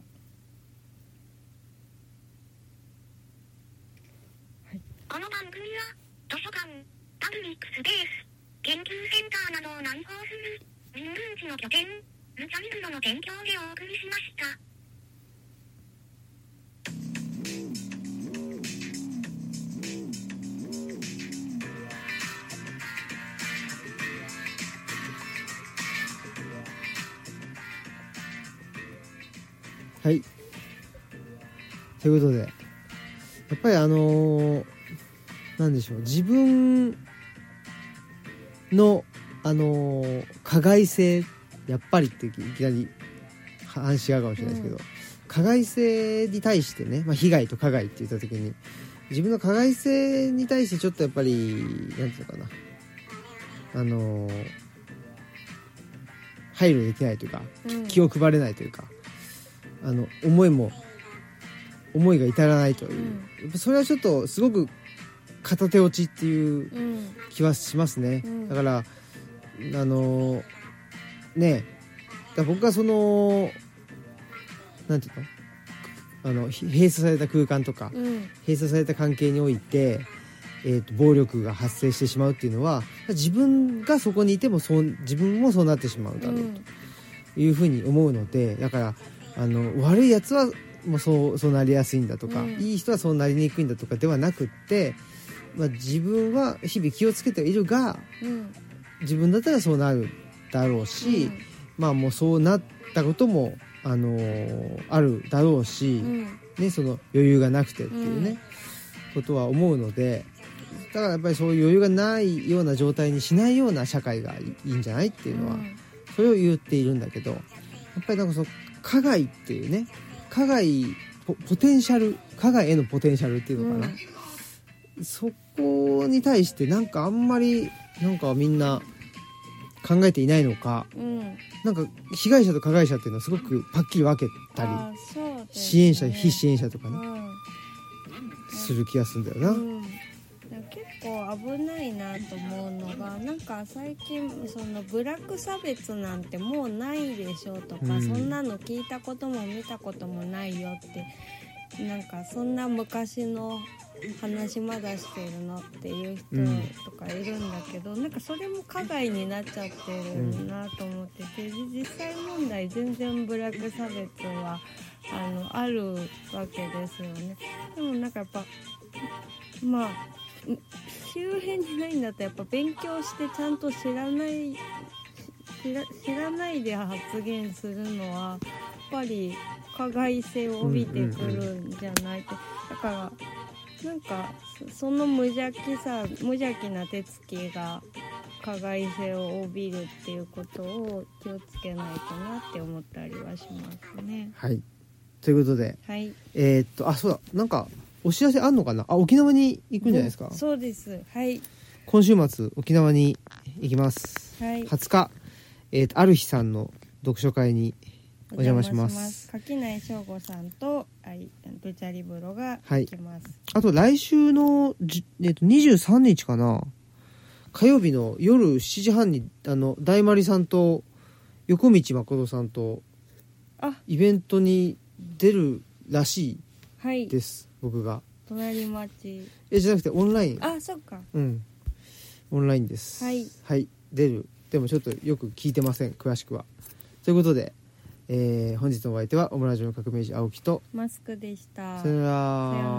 この番組は図書館パブリックスペース研究センターなどを南行する人文地の拠点ルチャリブロの提供でお送りしました
はい。ということで、やっぱりあのーなんでしょう、自分の、あのー加害性、やっぱりっていきなり話が合うかもしれないですけど、加害性に対してね、まあ、被害と加害って言った時に、自分の加害性に対してちょっとやっぱり、なんていうのかな、あのー配慮できないというか、
うん
気を配れないというかあの思いも思いが至らないという、やっぱそれはちょっとすごく片手落ちっていう
うん
気はしますね、
うん
だからあのねだから僕がそのなんていうのあのひ閉鎖された空間とか
うん
閉鎖された関係において、えー、と暴力が発生してしまうっていうのは自分がそこにいてもそう自分もそうなってしまうだ
う
ろうと。
ん
いうふうに思うのでだからあの悪いやつはもうそうそうなりやすいんだとか、
うん
いい人はそうなりにくいんだとかではなくって、まあ、自分は日々気をつけているが
うん
自分だったらそうなるだろうし、まあもうそうなったことも、あのーあるだろうし、
うん
ね、その余裕がなくてっていうね、ことは思うのでだからやっぱりそういう余裕がないような状態にしないような社会がいいいんじゃないっていうのは、それを言っているんだけどやっぱりなんかその加害っていうね加害ポポテンシャル加害へのポテンシャルっていうのかな、そこに対してなんかあんまりなんかみんな考えていないのか
うんうん
なんか被害者と加害者っていうのはすごくパッキリ分けたり
あーそうですね
支援者非支援者とか
う
ね
ん
する気がするんだよ
う
な。
ん、結構危ないなと思うのがなんか最近そのブラック差別なんてもうないでしょとか、
うん
そんなの聞いたことも見たこともないよってなんかそんな昔の話まだしてるのっていう
うん
人とかいるんだけど、なんかそれも加害になっちゃってるなと思ってて、実際問題全然ブラック差別はあのあるわけですよね。でもなんかやっぱまあん周辺にないんだったらやっぱ勉強してちゃんと知らないし知ら知らないで発言するのはやっぱり加害性を帯びてくるんじゃないと、だからなんかそその無邪気さ無邪気な手つきが加害性を帯びるっていうことを気をつけないとなって思ったりはしますね。
はいということで
はい、
えーっとあそうだなんかお知らせあんのかなあ沖縄に行くんじゃないですか
そうです。はい。
今週末沖縄に行きます
はい。
20日、えーっとある日さんの読書会にお邪魔します
垣内翔吾さんとあいブチャリブロが
はい
行きます。
あと来週のじ、えーっと23日かな火曜日の夜7時半にあの大丸さんと横道誠さんと
あ
イベントに出るらし
はい。
いです僕が
隣町。
えじゃなくてオンライン
あ、そっか。
うん。オンラインです。
はい。
出る。でもちょっとよく聞いてません。詳しくは。ということで、えー本日のお相手はオムラジオの革命児青木と、
マスクでした。
さよなら
さような